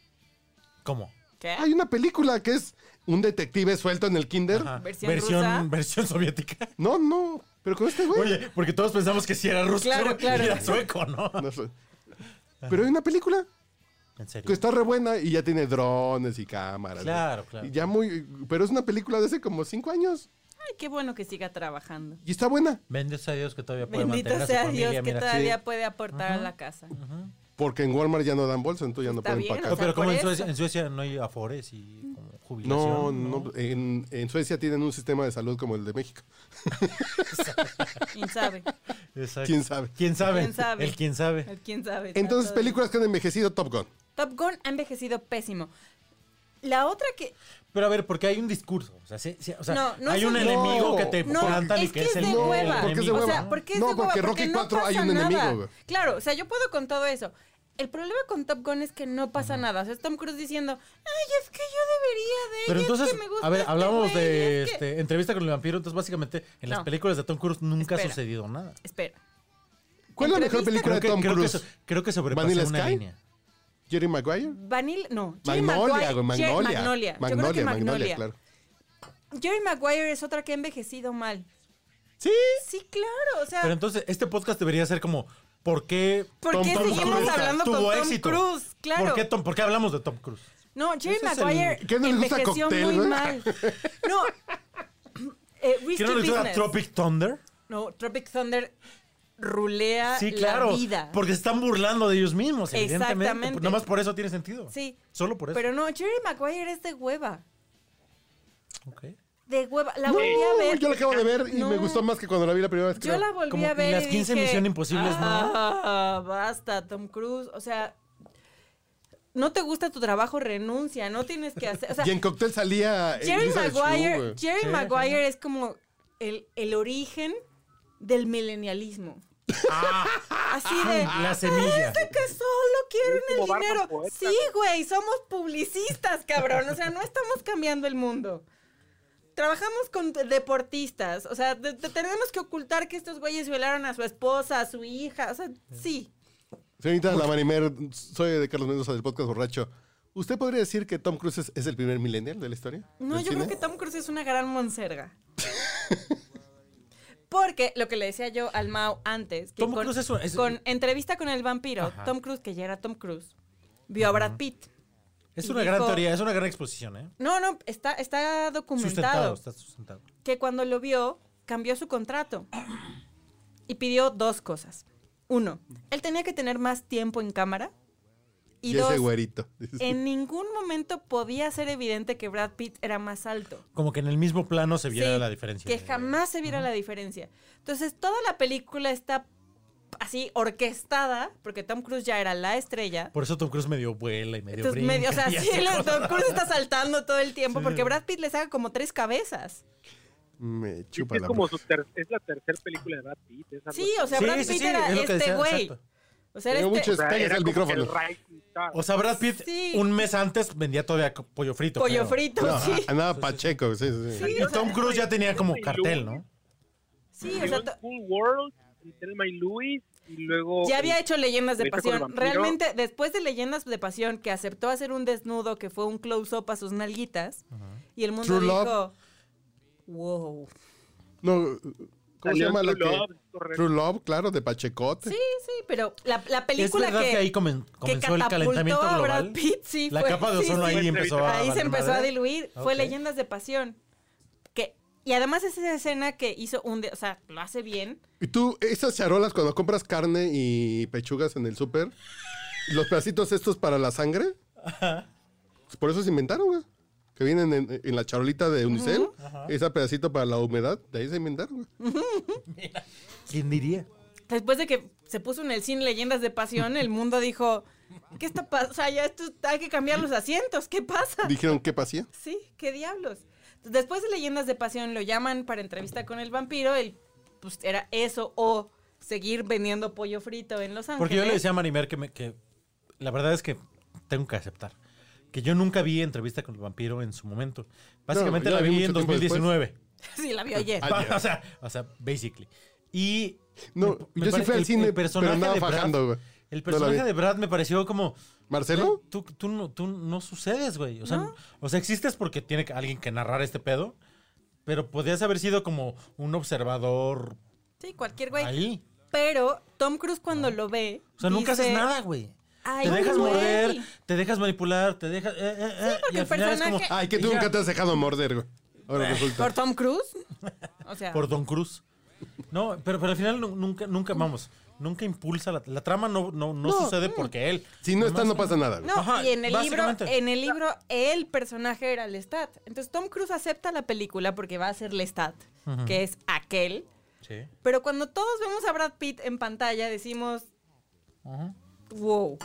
B: ¿Cómo?
D: ¿Qué?
A: Hay una película que es un detective suelto en el Kinder.
B: Ajá.
D: Versión rusa.
B: Ah, versión soviética.
A: No, no. Pero con este güey.
B: Oye, porque todos pensamos que si era ruso
D: Claro, claro.
B: y era sueco, ¿no?
A: No sé. Pero hay una película
B: En
A: que
B: serio.
A: está re buena y ya tiene drones y cámaras. ¿no?
B: Claro, claro.
A: Y ya muy. Pero es una película de hace como cinco años.
D: Ay, qué bueno que siga trabajando.
A: Y está buena.
B: Bendito sea Dios que todavía puede
D: Bendito
B: mantener a su
D: sea
B: familia,
D: Dios que
B: mira.
D: todavía puede aportar a la casa.
A: Porque en Walmart ya no dan bolsa, entonces ya no
D: Está
A: pueden
D: bien,
A: pagar.
D: o
B: No,
D: sea,
B: pero como
D: por
B: en
D: eso.
B: Suecia, en Suecia no hay afores y como jubilación.
A: No, no. En, en Suecia tienen un sistema de salud como el de México.
D: ¿Quién sabe?
B: Exacto.
A: ¿Quién sabe?
B: ¿Quién sabe?
D: ¿Quién sabe?
B: El quién sabe.
D: El ¿Quién sabe? está
A: Entonces,
D: todo
A: películas que han envejecido, Top Gun.
D: bien. Top Gun ha envejecido pésimo. La otra que...
B: Pero a ver, porque hay un discurso. O sea, sí- sí, o sea,
D: No, no
B: hay
D: es
B: un
D: un-
B: enemigo
A: No.
B: que te
D: No,
B: plantan y
D: es
B: que
D: que es
B: el
D: de
B: el
A: porque
D: hueva.
A: es de
B: enemigo.
D: O
A: hueva.
D: sea, ¿por qué es
A: No,
D: de hueva?
A: porque Rocky
D: no
A: 4 hay
D: pasa
A: un enemigo,
D: nada.
A: güey.
D: Claro, o sea, yo puedo con todo eso. El problema con Top Gun es que no pasa nada. O sea, es Tom Cruise diciendo, ay, es que yo
B: Pero
D: debería de... y
B: entonces,
D: es que me gusta
B: a ver,
D: este
B: hablamos
D: güey,
B: de
D: es que-".
B: este, entrevista con el vampiro. Entonces, básicamente, en las
D: No.
B: películas de Tom Cruise nunca ha
D: Espera.
B: sucedido nada.
D: Espera.
A: ¿Cuál es la mejor
D: Entrevista
A: película de
B: Creo que,
A: Tom
B: creo que,
A: Cruise?
B: so- creo que sobrepasó
A: ¿Vanilla
B: una
A: Sky?
B: línea.
A: ¿Jerry Maguire?
D: Vanilla, no. Jerry
A: Magnolia,
D: Maguire-
A: güey.
D: Jerry
A: Magnolia.
D: Magnolia. Yo creo que
A: Magnolia, Magnolia,
D: Magnolia.
A: claro.
D: Jerry Maguire es otra que ha envejecido mal.
A: Sí.
D: Sí, claro, o sea,
B: Pero entonces, este podcast debería ser como, ¿por qué
D: ¿por
A: Tom-
D: qué
A: Tom
D: seguimos
A: Cruise
D: hablando con
B: tuvo
D: Tom
B: éxito?
D: Cruise? Claro.
B: ¿Por qué, Tom- por qué hablamos de Tom Cruise?
D: No, Jerry
B: Ese es el-
D: Maguire
A: ¿Qué no les gusta
D: envejeció
A: Cocktail,
D: muy
A: güey?
D: mal. No. Eh, Risky
B: ¿Quién no le suena
D: Business.
B: Tropic Thunder?
D: No, Tropic Thunder rulea
B: Sí, claro.
D: Ah, la vida.
B: Porque se están burlando de ellos mismos, evidentemente.
D: Exactamente.
B: Nada más por eso tiene sentido.
D: Sí.
B: Solo por eso.
D: Pero no, Jerry Maguire es de hueva.
B: Ok.
D: De hueva. La
A: No,
D: volví a ver.
A: yo la acabo de ver y
D: No.
A: me gustó más que cuando la vi la primera vez.
D: Yo
A: creo.
D: la volví
B: Como
D: a ver.
B: las
D: y
B: 15
D: dije,
B: Misión Imposibles, ¿no?
D: "Ah, Basta, Tom Cruise. O sea, no te gusta tu trabajo, renuncia. No tienes que hacer. O sea,
A: Y en Cocktail salía eh,
D: Jerry
A: Elizabeth Shue,
D: Maguire,
A: güey.
D: Jerry
B: Sí,
D: Maguire es como el, el origen del milenialismo. Así de.
B: Ah. La semilla.
D: "Parece que solo quieren
E: Como
D: el
E: Barba
D: dinero.
E: Poeta.
D: Sí, güey, somos publicistas, cabrón. O sea, no estamos cambiando el mundo. Trabajamos con de- deportistas. O sea, de- de- tenemos que ocultar que estos güeyes violaron a su esposa, a su hija. O sea, sí.
A: Señorita La Marimer, soy de Carlos Mendoza del podcast Borracho. ¿Usted podría decir que Tom Cruise es, es el primer millennial de la historia?
D: No,
A: del
D: yo
A: cine?
D: creo que Tom Cruise es una gran monserga. Porque lo que le decía yo al Mao antes, que
B: Tom
D: con,
B: Cruise es un- es-
D: con entrevista con el vampiro,
B: Ajá.
D: Tom Cruise, que ya era Tom Cruise, vio a Brad Pitt.
B: Es
D: Y
B: una gran
D: dijo-
B: teoría, es una gran exposición, ¿eh?
D: No, no, está, está
B: Sustentado,
D: documentado
B: está sustentado.
D: que cuando lo vio, cambió su contrato y pidió dos cosas. Uno, él tenía que tener más tiempo en cámara. Y,
A: Y,
D: dos,
A: ese güerito.
D: en ningún momento podía ser evidente que Brad Pitt era más alto.
B: Como que en el mismo plano se viera
D: Sí,
B: la diferencia.
D: Que jamás se viera la diferencia. Entonces, toda la película está así orquestada, porque Tom Cruise ya era la estrella.
B: Por eso Tom Cruise medio vuela y medio
D: Entonces,
B: brinca.
D: medio, o sea,
B: y
D: sí,
B: hace
D: el-
B: cosas.
D: Tom Cruise está saltando todo el tiempo,
B: Sí.
D: porque Brad Pitt le saca como tres cabezas.
A: Me
E: Es
A: chupa la
E: como
A: boca.
E: su ter- es la tercera película de Brad Pitt. es algo
D: Sí, o sea,
B: Sí,
D: Brad
B: sí,
D: Pitt
B: sí,
D: era
B: es lo que
D: este
B: decía,
D: güey.
B: exacto.
D: O sea, era
A: Tengo
D: este
A: muchos-
E: así.
A: Pégase
E: era
A: al
E: como que el
A: micrófono.
E: rising star.
B: O sea, Brad Pitt
D: Sí.
B: un mes antes vendía todavía co- pollo frito.
D: pollo
B: creo.
D: frito,
A: No,
D: sí.
A: a- a nada Pacheco, sí, sí, sí.
B: Y Tom Cruise ya tenía como
E: Sí.
B: cartel, ¿no?
D: Sí, o
E: Llegó
D: sea,
E: en
D: to-
E: Cool World, en Thelma y Louis, y luego...
D: ya había hecho Leyendas de
E: Entrevista con el
D: Pasión.
E: vampiro.
D: Realmente, después de Leyendas de Pasión, que aceptó hacer un desnudo que fue un close-up a sus nalguitas, y el mundo
A: True
D: dijo,
A: Love.
D: wow.
A: No, ¿cómo se
E: Salió
A: llama la
E: True
A: que?
E: Love, correcto.
A: True Love, claro, de Pachecote.
D: Sí, sí, pero la, la
B: Es
D: película
B: verdad que,
D: que,
B: ahí comen- comenzó el
D: catapultó
B: calentamiento
D: a Brad
B: global.
D: Pitt, sí,
B: la
D: fue-
B: capa de
D: sí,
B: ozono
D: sí.
B: ahí empezó a.
D: Ahí se
B: valer
D: empezó a
B: madre.
D: diluir. Fue
B: Ok.
D: Leyendas de Pasión. Que, y además es esa escena que hizo un... de- o sea, lo hace bien.
A: Y tú, esas charolas cuando compras carne y pechugas en el súper, los pedacitos estos para la sangre, pues por eso se inventaron, güey. Que vienen en, en la charolita de Unicel, ese pedacito para la humedad, de ahí se inventaron, güey.
B: ¿Quién diría?
D: Después de que se puso en el cine Leyendas de Pasión, el mundo dijo... ¿Qué está pasando? O sea, ya esto, hay que cambiar los asientos. ¿Qué pasa?
A: Dijeron, ¿qué pasía?
D: Sí, qué diablos. Después de Leyendas de Pasión lo llaman para entrevista con el vampiro. El, pues era eso o seguir vendiendo pollo frito en Los Ángeles.
B: Porque yo le decía a Marimer que, me- que la verdad es que tengo que aceptar que yo nunca vi entrevista con el vampiro en su momento. Básicamente
A: yo la
B: la
A: vi
B: vi
A: mucho
B: en
A: tiempo Ah,
B: 2019.
D: Sí, la vio ayer.
B: o, sea, o sea, basically. Y.
A: No,
B: me
A: yo sí
B: pare-
A: fui al
B: el-
A: cine,
B: el
A: pero
B: personaje
A: andaba
B: de Brad-
A: fajando, güey.
B: El
A: No la
B: personaje
A: vi.
B: de Brad me pareció como.
A: ¿Marcelo?
B: Tú, tú no, tú no sucedes, güey. O sea, o sea, existes porque tiene que- alguien que narrar este pedo. Pero podías haber sido como un observador
D: Sí, cualquier güey.
B: ahí.
D: Pero Tom Cruise cuando lo ve.
B: O sea, nunca
D: dice,
B: haces nada, güey.
D: "Ay,
B: Te dejas
D: güey".
B: morder, te dejas manipular, te dejas. eh, eh, eh,
D: porque
B: y al
D: el
B: final es como,
D: personaje-
A: Ay, que tú
B: Ya.
A: nunca te has dejado morder, güey.
B: Eh,
A: Ahora
D: ¿Por
A: resulta.
D: Tom Cruise? O sea,
B: Por Don Cruz. No, pero, pero al final nu- nunca, nunca, vamos, nunca impulsa la, la trama, no, no, no, sucede porque él.
A: Si no está,
B: Nomás-
A: no pasa nada, güey.
D: no,
B: Ajá,
D: y en el libro,
B: básicamente.
D: en el libro, el personaje era Lestat. Entonces Tom Cruise acepta la película porque va a ser Lestat, que es aquel.
B: Sí.
D: Pero cuando todos vemos a Brad Pitt en pantalla, decimos,
B: Ujú.
D: wow.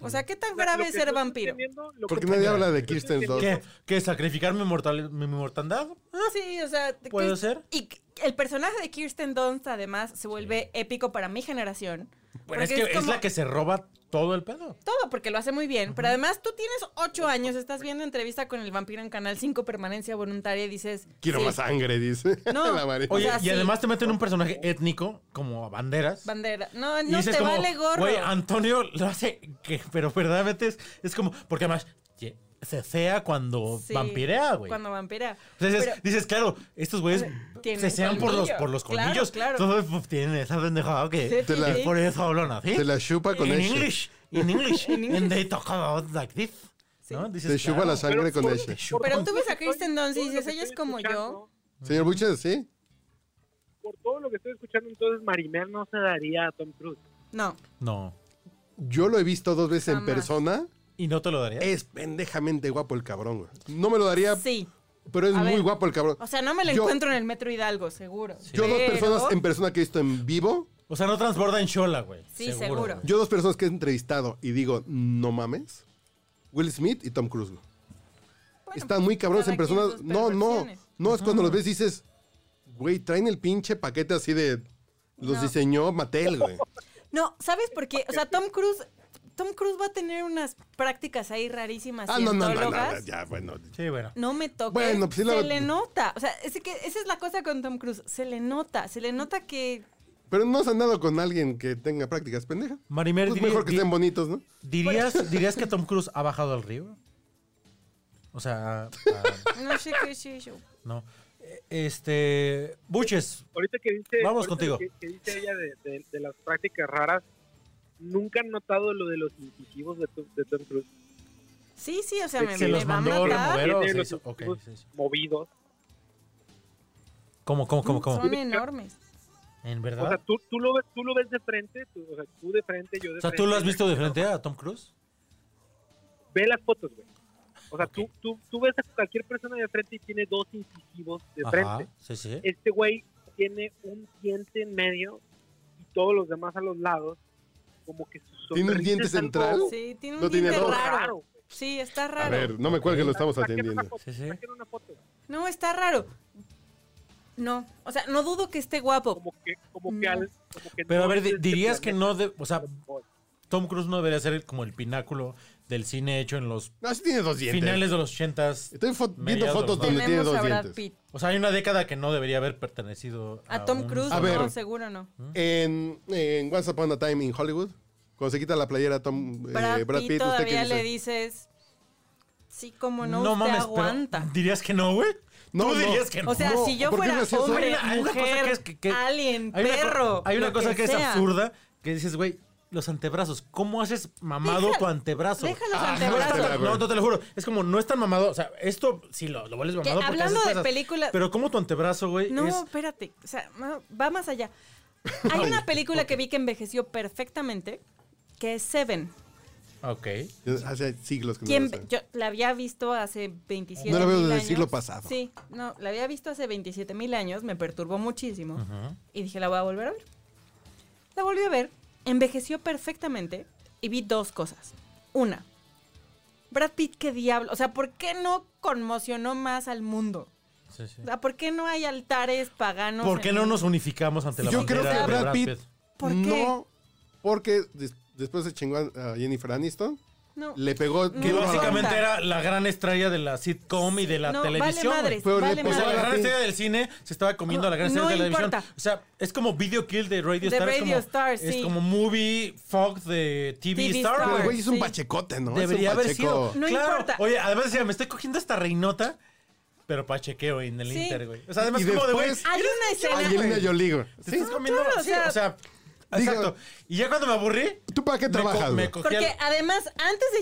D: O sea, ¿qué tan grave
E: Lo
D: es
E: que
D: ser
E: tú estás
D: vampiro?
E: teniendo, lo
A: Porque
E: que-
A: nadie
B: Mira,
A: habla de Kirsten Dunst.
B: ¿Qué? ¿Qué? ¿Sacrificar mi, mortal, mi mortandad?
D: Ah, Sí, o sea,
B: ¿Puede
D: que-
B: ser?
D: Y que- el personaje de Kirsten Dunst además se vuelve épico para mi generación.
B: Bueno, es que
D: porque
B: es,
D: como-
B: la que se roba todo el pedo.
D: todo porque lo hace muy bien. Pero además tú tienes ocho años, estás viendo entrevista con el vampiro en Canal 5 Permanencia Voluntaria y dices...
A: Quiero
D: sí,
A: más sangre, dice.
D: No.
A: La María.
B: Oye,
D: sea,
B: y
D: sí.
B: además te meten un personaje étnico, como a banderas.
D: Bandera. No,
B: y
D: no,
B: dices
D: te
B: como,
D: vale gorro.
B: Güey, Antonio lo hace, que, pero verdaderamente es, es como, porque además ye- se sea cuando
D: Sí,
B: vampirea, güey.
D: Cuando vampirea.
B: O sea, dices,
D: Pero-
B: dices, claro, estos güeyes
D: Tienen
B: se sean por los,
D: colmillo.
B: por los
D: Claro,
B: colmillos.
D: claro.
B: Todos pues, tienen esa pendejada que
D: Sí,
A: Te la-
D: sí, sí.
B: por eso hablan así.
A: Te la chupa con
B: in
A: eso.
B: English, in English, and they talk about like this. ¿no? Dices,
A: Te chupa
B: claro,
A: la sangre con
E: Pero-
A: ella.
D: Pero
E: todo
D: tú
E: lo
D: ves
E: que
D: a Kristen
E: estoy-
D: Dunst y
E: todo lo
D: dices,
E: que
D: ella
E: estoy
D: es como yo.
E: escuchando,
A: Señor Buches, ¿sí?
E: Por todo lo que estoy escuchando, entonces Marimer no se daría a Tom Cruise.
D: No.
B: No.
A: Yo lo he visto dos veces en
D: Jamás.
A: persona.
B: ¿Y no te lo daría?
A: Es pendejamente guapo el cabrón, güey. No me lo daría,
D: Sí.
A: pero es
D: A
A: muy
D: ver.
A: guapo el cabrón.
D: O sea, no me lo
A: Yo-
D: encuentro en el Metro Hidalgo, seguro.
A: Yo dos
D: Pero-
A: personas en persona que he visto en vivo,
B: O sea, no transborda en Shola, güey.
D: Sí, seguro.
B: güey.
A: yo dos personas que he entrevistado y digo, no mames. Will Smith y Tom Cruise. güey.
D: Bueno,
A: Están muy cabrones
D: pues, cada
A: en
D: quien
A: persona.
D: sus
A: No, no.
D: perversiones.
A: No, es cuando los ves y dices, güey, traen el pinche paquete así de... Los
D: No.
A: diseñó Mattel, güey.
D: No, ¿sabes por qué? O sea, Tom Cruise, Tom Cruise va a tener unas prácticas ahí rarísimas.
A: Ah, no, no, no, no,
D: cientólogas.
A: ya, bueno.
B: Sí, bueno.
D: No me toca. ¿eh?
A: Bueno, pues sí la-
D: Se le nota. O sea, es que esa es la cosa con Tom Cruise. Se le nota. Se le nota que.
A: Pero no has andado con alguien que tenga prácticas, pendeja.
B: Marimer,
A: Pues
B: diría-
A: mejor que
B: di-
A: estén bonitos, ¿no?
B: ¿Dirías, ¿Dirías que Tom Cruise ha bajado al río? O sea, a- a-
D: No sé qué es eso.
B: no. Este. Buches.
E: ahorita que dice,
B: Vamos
E: ahorita
B: contigo.
E: Que, que dice ella de, de- de las prácticas raras, nunca han notado lo de los incisivos de, Tom- de Tom Cruise
D: Sí, sí, o sea,
E: Se
D: me,
B: ¿Se
D: me
B: los
D: va a
B: mandó ¿eh?
D: matar.
B: remover o
E: Tiene
B: se
E: los
B: hizo? Ok,
E: testículos.
B: se hizo.
E: movidos.
B: ¿Cómo, cómo, cómo, cómo?
D: Son enormes.
B: ¿En
E: O sea,
B: verdad?
E: tú, tú lo ves, tú lo ves de frente, tú, o sea, tú de frente, yo de
B: O sea,
E: frente.
B: ¿tú lo has visto de frente a Tom Cruise?
E: Ve las fotos, güey. O sea, tú, tú, tú ves a cualquier persona de frente y tiene dos incisivos de
B: Ajá,
E: frente.
B: sí, sí.
E: Este güey tiene un diente en medio y todos los demás a los lados, como que su
A: ¿Tiene un
E: sonrisa
A: diente
E: es algo
A: central?
D: Sí, tiene un
A: No tiene
D: diente
A: dos.
D: raro.
E: raro.
D: Sí, está
A: A
D: raro.
A: ver, no me cuelguen, lo estamos
E: Saquen
A: atendiendo.
E: una foto,
B: Sí, sí.
E: saquen una foto.
D: No, está raro. No, o sea, no dudo que esté guapo.
E: Como que, como que,
D: No.
E: al- como que
B: Pero a
E: no
B: ver,
E: es de
B: di-
E: este
B: dirías que
E: planeta.
B: no, de- o sea, Tom Cruise no debería ser el- como el pináculo del cine hecho en los
A: No, sí tiene dos dientes.
B: finales de los ochentas.
A: Estoy fo- viendo
B: Mediados,
A: fotos
B: ¿no?
A: donde tiene
D: Tenemos
A: dos
D: a Brad
A: dientes.
D: Pitt.
B: O sea, hay una década que no debería haber pertenecido a,
D: A Tom
B: un
D: Cruise,
A: A
B: solo-
A: ver. Eh,
D: no, seguro no.
A: En, en Once Upon a Time in Hollywood, cuando se quita la playera Tom, eh,
D: Brad, Pitt,
A: ¿usted qué
D: todavía
A: dice?
D: le dices, sí, como no, usted
B: pero
D: aguanta.
B: ¿Dirías que no, güey?
A: No,
B: ¿Tú
A: no.
B: dirías que no?
D: O sea,
A: No,
D: si yo
A: ¿por qué
D: fuera
A: no es eso?
D: hombre,
B: Hay una- hay una cosa
D: mujer,
B: que es que- que-
D: alien,
B: Hay una co-
D: perro,
B: hay una
D: lo
B: cosa que, es
D: sea.
B: absurda que dices, güey, los antebrazos. ¿Cómo haces mamado
D: Deja-
B: tu antebrazo?
D: deja los
B: Ah, no,
D: antebrazos.
B: está- No, no te lo juro. Es como, no es tan mamado. O sea, esto sí lo, lo vuelves
D: Que
B: mamado. porque
D: hablando
B: haces
D: de
B: cosas.
D: películas,
B: Pero como tu antebrazo, güey,
D: no,
B: es...
D: espérate, o sea, ma- va más allá. Hay una película que vi que envejeció perfectamente, que es Seven.
B: Ok.
A: Hace siglos que no
D: Quien-
A: lo sé.
D: yo la había visto hace 27
A: No la veo
D: mil
A: desde el
D: años.
A: siglo pasado.
D: Sí, no, la había visto hace 27 mil años, me perturbó muchísimo. Y dije, la voy a volver a ver. La volví a ver, envejeció perfectamente y vi dos cosas. Una, Brad Pitt, qué diablo. O sea, ¿por qué no conmocionó más al mundo?
B: Sí, sí.
D: O sea, ¿por qué no hay altares paganos?
B: ¿Por qué
D: en-
B: no nos unificamos ante la
A: Yo creo
B: bandera
A: que
B: de
A: Brad
B: Brad
A: Pitt-
B: Pitt?
D: ¿Por qué?
A: No, porque des- después se chingó a a Jennifer Aniston,
D: No.
A: le pegó...
D: Que
B: Que
A: duro a-
B: básicamente era la gran estrella de la sitcom y de la
D: no,
B: televisión.
D: Vale madres,
A: Pero le
D: vale
B: O sea,
A: Vale.
B: la
D: madres.
B: gran estrella del cine se estaba comiendo a la gran estrella
D: No
B: de la televisión.
D: importa.
B: O sea, es como Video Kill de Radio
D: De
B: Star. es
D: Radio
B: como,
D: Star,
B: Es
D: sí.
B: como Movie Fog de TV,
D: TV
B: Star.
D: Star.
A: Pero el
B: güey.
A: güey es un
D: Sí.
A: pachecote, ¿no? Es un
B: Debería haber
A: pacheco.
B: sido.
D: No
B: claro.
D: importa.
B: Oye, además decía, me estoy cogiendo esta reinota, pero pachequeo en el
D: Sí.
B: Inter, güey. O sea, además
A: Y
B: como de güey.
A: después-
D: Hay una escena.
A: Angelina Jolie, güey.
B: Te
A: Sí.
B: estás comiendo.
D: Ah, claro, o
B: sí,
D: sea-
B: o sea,
A: Digo-
B: exacto. Y ya cuando me aburrí.
A: ¿Tú para qué
B: me co-
A: trabajas,
B: Me,
A: güey?
B: cogí
D: Porque
B: al-
D: además, antes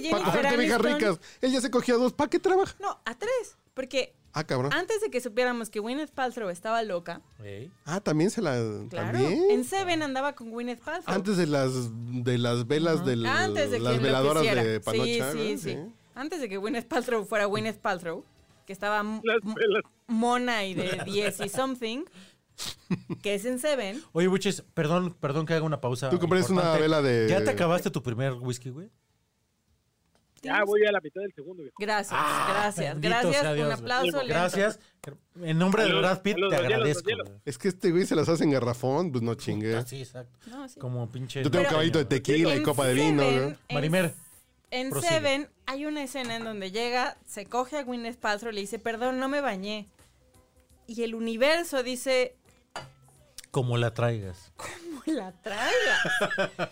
D: de
A: Para
D: Jennifer
A: cogerte viejas
D: Aniston.
A: ricas. Él ya se cogió dos, ¿para qué trabaja?
D: No, a tres. Porque
A: Ah, cabrón.
D: antes de que supiéramos que Gwyneth Paltrow estaba loca,
B: Ey.
A: Ah, también se la...
D: claro,
A: ¿también?
D: en Seven andaba con Gwyneth Paltrow.
A: Antes de las de las velas de
D: Antes de que
A: las veladoras
D: enloqueciera.
A: de Panocha.
D: sí, sí,
A: ¿no?
D: sí, Antes de que Gwyneth Paltrow fuera Gwyneth Paltrow, que estaba m-
E: Las velas.
D: mona y de 10 y something, que es en Seven.
B: Oye, Buches, perdón, perdón que haga una pausa.
A: Tú compraste una
B: importante.
A: vela de-
B: ¿Ya te acabaste tu primer whisky, güey?
E: Ya voy a la mitad del segundo, viejo.
D: Gracias,
A: Ah,
D: gracias,
B: Bendito sea
D: gracias.
B: Dios,
D: Un
B: güey.
D: aplauso. lento.
B: Gracias. En nombre de
E: Salud,
B: Brad Pitt
E: salud,
B: te
E: los hielos,
B: agradezco.
E: los hielos.
B: güey.
A: Es que este güey se las hace en garrafón, pues no chingue.
B: Puta, Sí, exacto.
D: No, sí.
B: Como pinche.
A: Yo tengo
D: Pero-
A: caballito de tequila y
D: En
A: copa de vino,
D: Seven,
A: ¿no?
D: en-
B: Marimer.
D: En
B: prosigue.
D: Seven hay una escena en donde llega, se coge a Gwyneth Paltrow y le dice, perdón, no me bañé. Y el universo dice,
B: Como la traigas.
D: ¿cómo la traiga?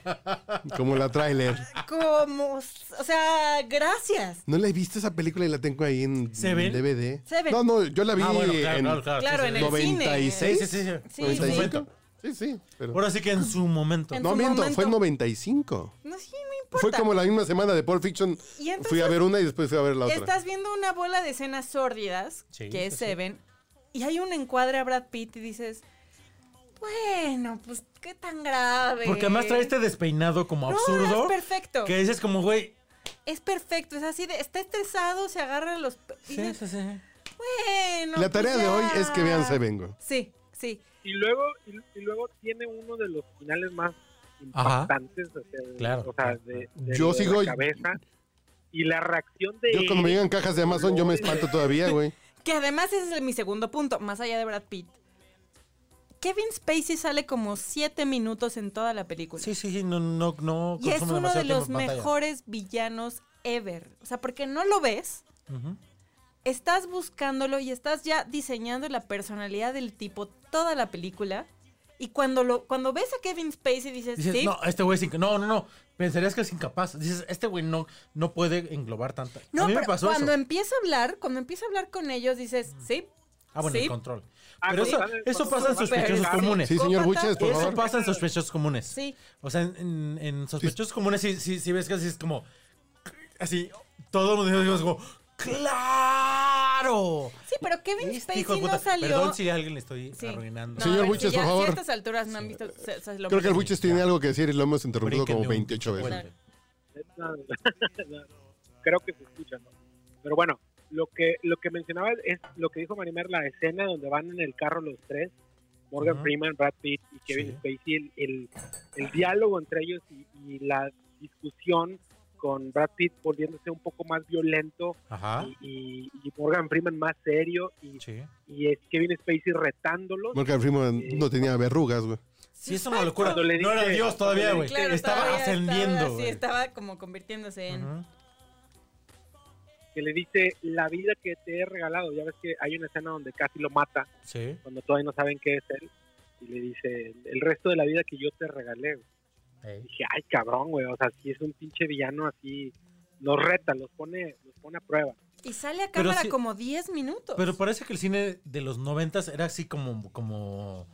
A: Como la trailer.
D: Como, o sea, gracias.
A: No la he visto esa película y la tengo ahí en
B: ¿Seven?
A: DVD.
D: Seven.
A: No, no, yo la vi
B: Ah, bueno, claro,
A: en
B: claro, claro.
D: Claro,
B: sí,
D: en
B: sí,
D: el cine.
A: 96.
B: Sí, sí, sí.
D: Sí,
B: En su
D: sí.
B: momento.
A: Sí, sí. pero-
B: Ahora sí que en su momento.
D: En-
A: no
D: su
A: miento, fue en
D: momento.
A: 95.
D: No, sí, no importa.
A: Fue como la misma semana de Pulp Fiction.
D: Y entonces-
A: fui a ver una y después fui a ver la otra.
D: Estás viendo una bola de escenas sórdidas,
B: Sí, pues
D: que es
B: sí, sí.
D: Seven, y hay un encuadre a Brad Pitt y dices, bueno, pues, ¿qué tan grave?
B: Porque además trae este despeinado como
D: No,
B: absurdo.
D: es perfecto.
B: Que dices como, güey.
D: Es perfecto, es así de, está estresado, se agarra los... pe- y
B: Sí,
D: dices,
B: sí, sí.
D: Bueno,
A: la
D: pues
A: tarea de
D: ya.
A: hoy es que vean Seven, güey.
D: Sí, sí.
E: Y luego, y, y luego tiene uno de los finales más
B: Ajá.
E: impactantes. O sea, de-
B: Claro.
E: o sea, de, de
A: Yo
E: lo de
A: sigo-
E: La cabeza. Y la reacción de.
A: Yo cuando me
E: él,
A: llegan cajas de Amazon, yo me espanto todavía, güey.
D: Que además ese es mi segundo punto, más allá de Brad Pitt. Kevin Spacey sale como siete minutos en toda la película.
B: Sí, sí, sí, no, no, no.
D: y es
B: consume
D: uno de
B: demasiado
D: los
B: tiempo en pantalla.
D: mejores villanos ever. O sea, porque no lo ves,
B: Ujú.
D: estás buscándolo y estás ya diseñando la personalidad del tipo toda la película. Y cuando, lo, cuando ves a Kevin Spacey dices,
B: Dices,
D: sí,
B: no, este güey es inca- No, no, no. Pensarías que es incapaz. Dices, este güey no, no puede englobar tanta.
D: No,
B: a mí me
D: pero
B: pasó
D: cuando
B: eso.
D: empieza a hablar, cuando empieza a hablar con ellos, dices, sí,
B: Ah, bueno,
D: Sí.
B: el control.
E: Ah,
B: Pero eso,
E: control,
B: eso
E: control,
B: pasa en
E: control.
B: sospechosos
E: Pero-
B: comunes.
A: Sí, señor
D: Psicópata.
A: Buches, por
D: Eso
B: Eso
A: favor.
B: pasa en sospechosos comunes.
D: Sí.
B: O sea, en, en- en sospechosos comunes sí, sí, sí ves que así es como... Así, todo el mundo dice como... ¡Claro!
D: Sí, pero Kevin
B: Este hijo de
D: Spacey
B: puta.
D: no salió.
B: Perdón si a alguien le estoy
D: Sí.
B: arruinando.
D: No,
A: Señor
D: a ver,
A: Buches,
D: si ya-
A: por favor.
D: Si a estas alturas no han visto. se- se
A: Creo
D: lo
A: que el
D: merece.
A: Buches tiene algo que decir y lo hemos interrumpido
B: Bríquenme
A: como
B: un
A: 28 veces.
B: puente.
E: Creo que se escucha, ¿no? Pero bueno, lo que, lo que mencionaba es lo que dijo Marimer, la escena donde van en el carro los tres, Morgan
B: Ujú.
E: Freeman, Brad Pitt y Kevin
B: Sí.
E: Spacey, el, el, el diálogo entre ellos y, y la discusión con Brad Pitt volviéndose un poco más violento
B: Ajá.
E: y, y- y Morgan Freeman más serio y,
B: Ah. Sí.
E: y es Kevin Spacey retándolo.
A: Morgan Freeman no tenía verrugas, güey.
B: Sí, es una locura.
E: Cuando le
B: No era
E: dice-
B: Dios todavía, güey.
D: Claro,
B: estaba
D: todavía
B: ascendiendo,
D: estaba- sí,
B: güey.
D: estaba como convirtiéndose en.
B: Ujú.
E: que le dice la vida que te he regalado. Ya ves que hay una escena donde casi lo mata
B: Sí.
E: cuando todavía no saben qué es él. Y le dice el resto de la vida que yo te regalé. güey".
B: Ey.
E: Dije, ay cabrón, güey. O sea, si es un pinche villano así, los reta, los pone, los pone a prueba.
D: Y sale a
B: Pero
D: cámara
B: sí-
D: como 10 minutos.
B: Pero parece que el cine de los noventas era así como, como,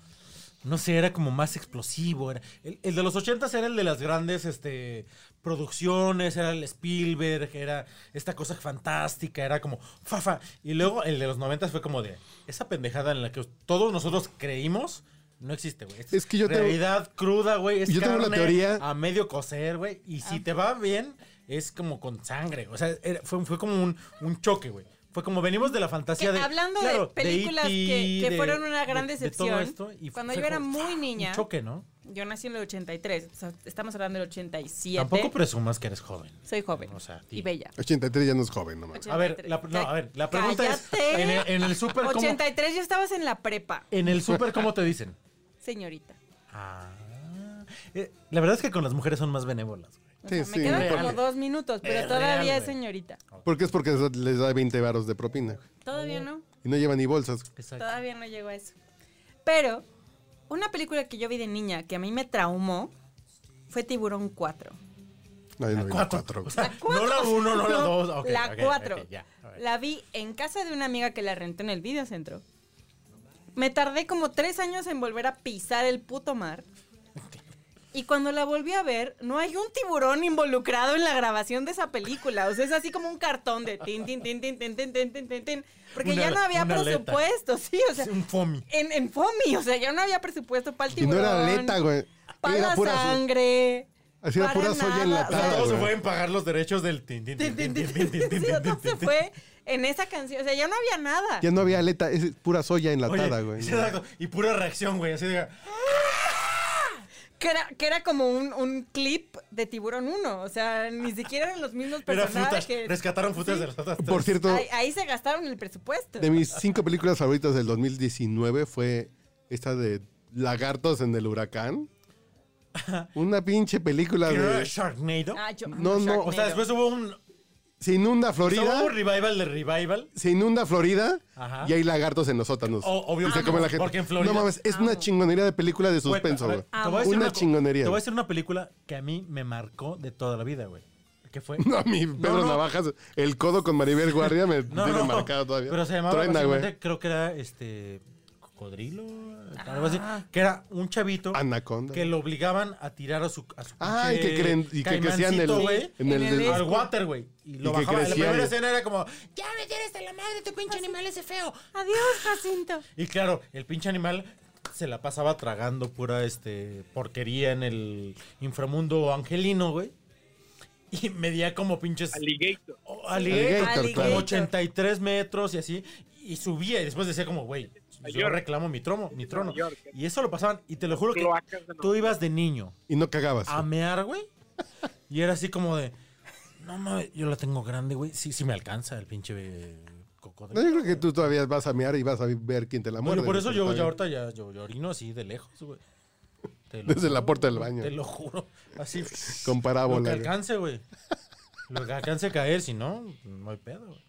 B: no sé, era como más explosivo. Era, el, el de los ochentas era el de las grandes este, producciones, era el Spielberg, era esta cosa fantástica, era como fafa. Y luego el de los noventas fue como de esa pendejada en la que todos nosotros creímos. No existe, güey.
A: Es que yo tengo-
B: Realidad cruda, güey. Es
A: Yo tengo una
B: carne
A: teoría.
B: A medio cocer, güey. Y si te va bien, es como con sangre. O sea, era- fue, fue como un, un choque, güey. Fue como venimos de la fantasía
D: Que hablando de
B: E
D: películas que- que fueron una gran decepción, cuando yo era muy niña-
B: ¡ah! Un choque, ¿no?
D: Yo nací en el 83. o sea, estamos hablando del 87.
B: Tampoco presumas que eres joven.
D: Soy joven.
B: O sea,
D: y
B: tío.
D: bella.
A: 83 ya no es joven, nomás.
B: A ver, la, no, a ver, la pregunta es:
D: Cállate.
B: en el, en el súper, ¿cómo,
D: 83 ya estabas en la prepa,
B: en el súper, ¿cómo te dicen?
D: señorita.
B: Ah, eh, la verdad es que con las mujeres son más benévolas, güey.
D: O
A: Sí,
D: sea,
A: sí,
D: me quedan
A: real.
D: como dos minutos, pero
B: Es
D: todavía
B: real,
D: es
B: güey.
D: señorita.
A: Porque es porque les da 20 varos de propina. güey.
B: Oh.
D: Todavía no.
A: Y no lleva ni bolsas.
B: Exacto.
D: Todavía no llegó a eso. Pero una película que yo vi de niña que a mí me traumó fue Tiburón 4.
A: No, yo no vi la
B: Cuatro.
A: cuatro,
B: O
A: güey.
B: sea, no la uno, no la dos. ok,
D: la
B: ok, ok,
D: 4.
B: ya, a ver.
D: la vi en casa de una amiga que la rentó en el videocentro. Me tardé como tres años en volver a pisar el puto mar. Y cuando la volví a ver, no hay un tiburón involucrado en la grabación de esa película. O sea, es así como un cartón de tin, tin, tin, tin, tin, tin, tin, tin, tin, tin. Porque
B: Una-
D: ya no había
B: una aleta.
D: presupuesto, sí. O sea,
B: Es un foamy.
D: en, en FOMI, o sea, ya no había presupuesto para el
A: Y no
D: tiburón.
A: era aleta, güey.
D: Para
A: Era
D: la
A: pura, so-
D: sangre.
A: así era
D: para
A: pura soya
D: nada,
A: enlatada,
D: o sea,
B: Todos se
A: güey.
B: pueden pagar los derechos del tin, tin, tin, tin, tin, tin, tin, tin,
D: Sí, o
B: tin,
D: sea, se
B: tin, tin.
D: fue en esa canción. O sea, ya no había nada.
A: Ya no había aleta, es pura soya
B: Oye,
A: enlatada, güey.
B: sí, exacto. Y pura reacción, güey. Así de.
D: Que era, que era como un, un clip de Tiburón 1. O sea, ni siquiera eran los mismos
B: Era
D: personajes.
B: footage. Rescataron footage
D: Pues Sí.
B: de las otras. tres.
A: Por cierto,
D: Ahí, ahí se gastaron el presupuesto.
A: de mis cinco películas favoritas del 2019 fue esta de Lagartos en el Huracán. Una pinche película
B: Que no era
A: de...
B: Sharknado.
D: Ah, yo amo
A: No, no,
B: O sea, después hubo un.
A: Se inunda
B: Hubo
A: Florida.
B: un revival de revival.
A: Se inunda Florida
B: Ajá.
A: y hay lagartos en los sótanos.
B: O- obvio,
A: Y se
B: amo,
A: come la gente.
B: porque en Florida-
A: No mames, es una chingonería de película de
B: Güey,
A: suspenso,
B: a ver,
A: güey.
B: te
D: Ah,
B: voy a decir
A: Una
B: co-
A: chingonería.
B: Te voy a
A: güey.
B: decir una película que a mí me marcó de toda la vida, güey. ¿Qué fue?
A: No, mi Pedro
B: no.
A: Navajas, el codo con Maribel Guardia me
B: No,
A: tiene
B: no.
A: marcado todavía.
B: Pero se llamaba
A: Truena,
B: básicamente,
A: güey.
B: creo que era este cocodrilo, algo así, que era un chavito
A: Anaconda.
B: que lo obligaban a tirar a su a su
A: Ah, y
B: pinche
A: Ah, que creen- y que crecían en el-
B: caimancito, güey,
A: en el-
D: en el-
B: al water, güey, y lo
A: Y que
B: bajaban. La
A: crecía,
B: primera
A: güey.
B: escena era como
G: Ya me tienes de la madre, tu pinche animal ese feo.
D: Adiós, Jacinto.
B: y claro, el pinche animal se la pasaba tragando pura este porquería en el inframundo angelino, güey. Y medía como pinches
E: Alligator.
B: Oh, alligator,
A: Alligator,
B: como
A: claro.
B: 83 metros y así. Y subía y después decía como, güey, yo
E: York.
B: reclamo mi trono, mi trono.
E: York.
B: Y eso lo pasaban. Y te lo juro que
E: Cloacas de
B: tú
E: Nueva
B: ibas de niño
A: Y no cagabas.
B: a mear, güey. Y era así como de, no mames, yo la tengo grande, güey. Sí, sí me alcanza el pinche eh,
A: No, yo
B: cocodrilo.
A: creo que tú todavía vas a mear y vas a ver quién te la muerde.
B: Bueno, por eso
A: güey,
B: yo
A: está
B: ya
A: bien.
B: ahorita ya yo, yo orino así de lejos, güey. Te lo
A: Desde
B: juro,
A: la puerta del baño.
B: Te lo juro. Así.
A: Con parábola,
B: Lo que
A: güey.
B: alcance, güey. Lo que alcance a caer, si no, no hay pedo, güey.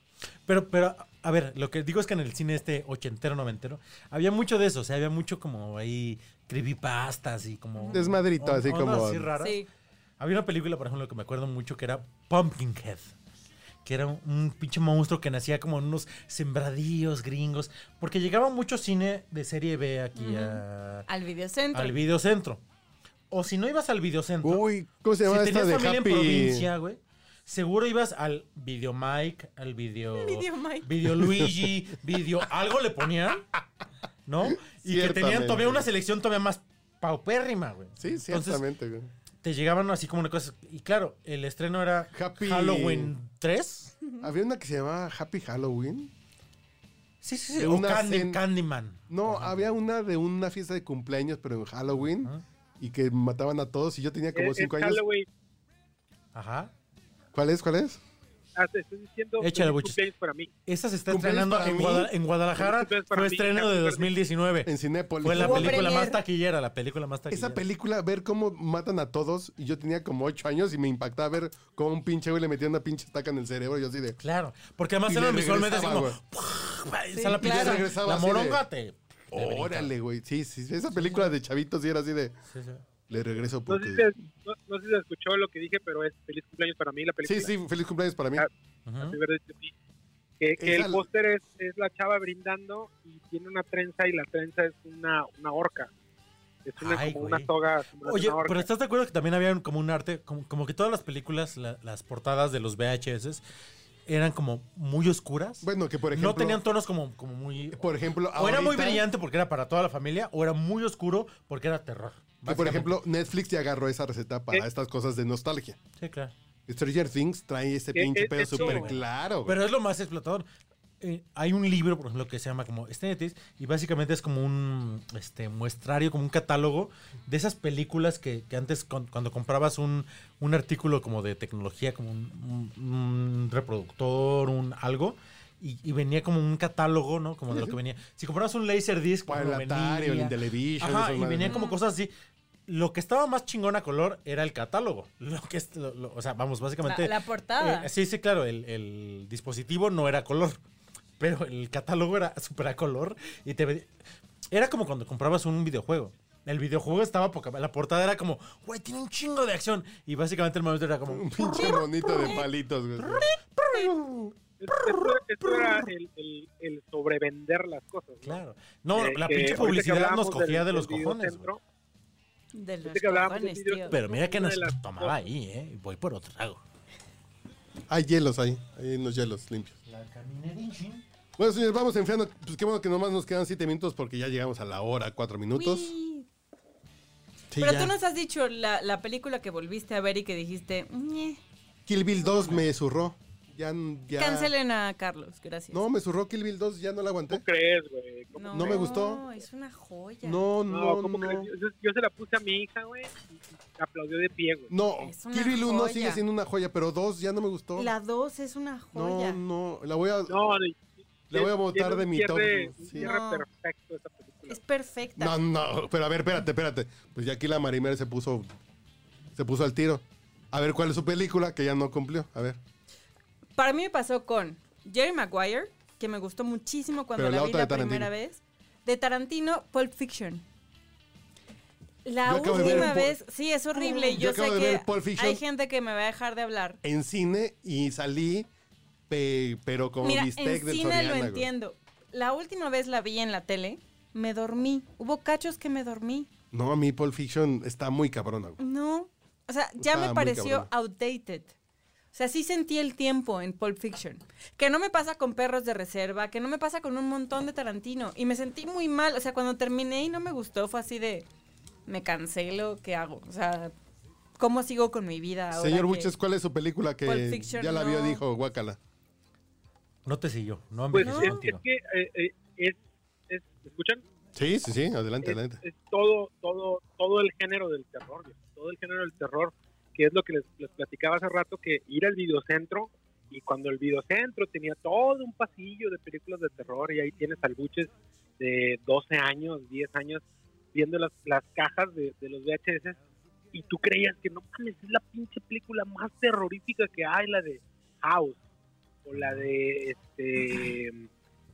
B: Pero, pero, a ver, lo que digo es que en el cine este ochentero, noventero, había mucho de eso. O sea, había mucho como ahí creepypastas y como...
A: Desmadrito,
B: on-
A: así
B: ondas
A: como-
B: raras.
D: Sí.
B: Había una película, por ejemplo, que me acuerdo mucho que era Pumpkinhead. que era un, un pinche monstruo que nacía como en unos sembradíos gringos, porque llegaba mucho cine de serie B aquí a-
D: Al videocentro.
B: al videocentro. O si no ibas al videocentro,
A: Uy, ¿cómo se
B: si
A: llama esta
B: tenías
A: de
B: familia
A: Happy?
B: en provincia, güey, seguro ibas al Videomike, al video
D: Video Mike.
B: Video Luigi, video algo le ponían, ¿no? Y que tenían
A: Ciertamente.
B: todavía una selección todavía más paupérrima, güey.
A: Sí,
B: Entonces,
A: ciertamente, güey.
B: te llegaban así como una cosa. Y claro, el estreno era
A: Happy-
B: Halloween 3.
A: Había una que se llamaba Happy Halloween.
B: Sí, sí, sí.
A: De
B: O
A: una
B: Candy-
A: cen-
B: Candyman.
A: No, había una de una fiesta de cumpleaños, pero en Halloween. Y que mataban a todos. Y yo tenía como
E: Es- es
A: cinco años.
E: Eh, Halloween.
B: Ajá.
A: ¿Cuál es? ¿Cuál es?
E: Ah, te estoy diciendo.
B: Échale,
E: feliz
B: buches.
E: cumpleaños para mí.
B: Esa se está
A: ¿Cumpleaños
B: estrenando
A: para
B: en,
A: mí?
B: Guada- en Guadalajara.
E: ¿Cumpleaños para
B: Fue
E: mí?
B: estreno de
E: Happy
B: 2019.
A: En Cinépolis.
B: Fue la
D: Hubo
B: película
D: premier.
B: más taquillera, la película más taquillera.
A: Esa película, ver cómo matan a todos. Y yo tenía como ocho años y me impactaba ver cómo un pinche güey le metía una pinche estaca en el cerebro. Y yo así de.
B: Claro. Porque además
A: Y
B: eran
A: le
B: visualmente así
A: regresaba,
B: como.
A: güey.
B: "Pah", o sea, la, pinche-
A: claro. Regresaba
B: la
A: así de-
B: moronga te- te brinca.
A: Órale, güey. Sí, sí, sí, esa película de chavitos sí era así de.
B: Sí, sí.
A: Le regreso
E: No sé, si
A: porque.
E: se, no, no sé si se escuchó lo que dije, pero es feliz cumpleaños para mí la película.
A: Sí, sí, feliz cumpleaños para mí.
E: Ah,
B: Ujú.
E: de verdad, sí. Que, que
A: Esa-
E: el póster es, es la chava brindando y tiene una trenza y la trenza es una, una orca. Es una,
B: Ay,
E: como
B: güey.
E: una toga. como la de
B: Oye,
E: una orca.
B: pero ¿estás de acuerdo que también había un- como un arte, como, como que todas las películas, la- las portadas de los VHS eran como muy oscuras?
A: Bueno, que por ejemplo.
B: no tenían tonos como, como muy...
A: Por ejemplo,
B: o era muy
A: ahorita-
B: brillante porque era para toda la familia, o era muy oscuro porque era terror.
A: Que por
B: básicamente.
A: ejemplo, Netflix ya agarró esa receta para
E: Eh.
A: estas cosas de nostalgia.
B: Sí, claro.
A: Stranger Things trae ese
E: Eh,
A: pinche
E: eh,
A: pedo
E: eso,
A: súper
E: güey.
A: claro. güey.
B: Pero es lo más explotador. Eh, hay un libro, por ejemplo, que se llama como Stenetis y básicamente es como un este, muestrario, como un catálogo de esas películas que, que antes con- cuando comprabas un, un artículo como de tecnología, como un, un- un reproductor, un algo, y, y venía como un catálogo, ¿no? Como de lo que venía. Si comprabas un Laserdisc,
A: Para
B: bueno,
A: el Atari o el
B: venía-
A: Intellivision.
B: Ajá,
A: esas
B: y
A: madres.
B: venían como cosas así. Lo que estaba más chingón a color era el catálogo. Lo que es, lo- lo- o sea, vamos, básicamente.
D: La- la portada.
B: eh, sí, sí, claro. El, el dispositivo no era color. Pero el catálogo era súper a color. Y te ve- Era como cuando comprabas un videojuego. El videojuego estaba poca. La portada era como, güey, tiene un chingo de acción. Y básicamente el momento era como.
A: Un pinche monito de palitos, güey.
E: Esto, esto era el, el, el sobrevender las cosas. ¿no?
B: Claro. No,
E: Eh,
B: la
E: que
B: pinche
E: ahorita que
B: publicidad
E: hablábamos
B: nos cogía
E: del-
B: de los
E: del
B: cojones. güey.
E: videocentro,
D: De los
E: que hablábamos
D: cojones,
E: del video-
D: tío.
B: Pero mira que
E: Una
B: nos
E: de las
B: tomaba
E: cosas.
B: ahí, ¿eh? Voy por otro trago.
A: Hay hielos ahí. Hay unos hielos limpios.
B: La caminerín.
A: Bueno, señores, vamos enfriando. Pues qué bueno que nomás nos quedan siete minutos porque ya llegamos a la hora, cuatro minutos.
D: Uy.
A: Sí,
D: Pero
A: ya.
D: tú nos has dicho la, la película que volviste a ver y que dijiste, "Ñe".
A: Kill Bill 2 me zurró. Ya, ya.
D: cancelen a Carlos, gracias.
A: No, me zurró Kill Bill 2, ya no la aguanté.
E: ¿Cómo crees, güey? ¿Cómo
A: no me gustó.
D: No, es una joya.
A: No,
E: No,
A: no,
E: ¿cómo
A: no.
E: crees? Yo, yo se la puse a mi hija, güey, y y aplaudió de pie, güey.
A: No,
D: Es una
A: Kill Bill 1
D: joya.
A: sigue siendo una joya, pero 2 ya no me gustó.
D: La 2 es una joya.
A: No, no, la voy a...
E: No, no,
A: Le voy a
E: tiene-
A: botar
E: tiene
A: de
E: un
A: mi
E: cierre-
A: top,
E: un
A: sí.
E: cierre
D: No.
E: perfecto esa película.
D: Es perfecta.
A: No, no, pero a ver, espérate, espérate. Pues ya aquí la Marimer se puso se puso al tiro. A ver cuál es su película que ya no cumplió. A ver.
D: Para mí me pasó con Jerry Maguire, que me gustó muchísimo cuando
A: Pero
D: la,
A: la
D: vi
A: otra
D: la
A: de Tarantino.
D: primera vez. De Tarantino, Pulp Fiction. La
A: Yo acabo de ver
D: última
A: un Pul-
D: vez, sí, es horrible.
A: Yo
D: Yo,
A: acabo
D: sé
A: de ver
D: que
A: Pulp Fiction.
D: hay gente que me va a dejar de hablar.
A: En cine y salí pe- pero como
D: Mira,
A: bistec
D: en
A: del
D: cine
A: Soriana,
D: lo
A: güey.
D: entiendo. La última vez la vi en la tele, me dormí. Hubo cachos que me dormí.
A: No, a mí Pulp Fiction está muy cabrona, güey.
D: No. O sea, ya
A: Estaba
D: me
A: muy
D: pareció
A: cabrona.
D: outdated. O sea, sí sentí el tiempo en Pulp Fiction. Que no me pasa con Perros de Reserva, que no me pasa con un montón de Tarantino. Y me sentí muy mal. O sea, cuando terminé y no me gustó, fue así de. Me cancelo, ¿qué hago? O sea, ¿cómo sigo con mi vida ahora?
A: Señor
D: que-
A: Buches, ¿cuál es su película
D: Pulp
A: que
D: Fiction,
A: ya la vio
D: no.
A: dijo guácala?
B: No te siguió. No
E: Pues
B: envejeció
E: es,
B: contigo.
E: es que eh, eh, es, es, ¿escuchan?
A: Sí, sí, sí, adelante,
D: Eh,
E: Es,
A: adelante.
E: es todo, todo, todo el género del terror, viejo, todo el género del terror, que es lo que les, les platicaba hace rato, que ir al videocentro, y cuando el videocentro tenía todo un pasillo de películas de terror, y ahí tienes al buches de 12 años, 10 años, viendo las, las cajas de, de los VHS, y tú creías que no mames, es la pinche película más terrorífica que hay, la de House, o la de este...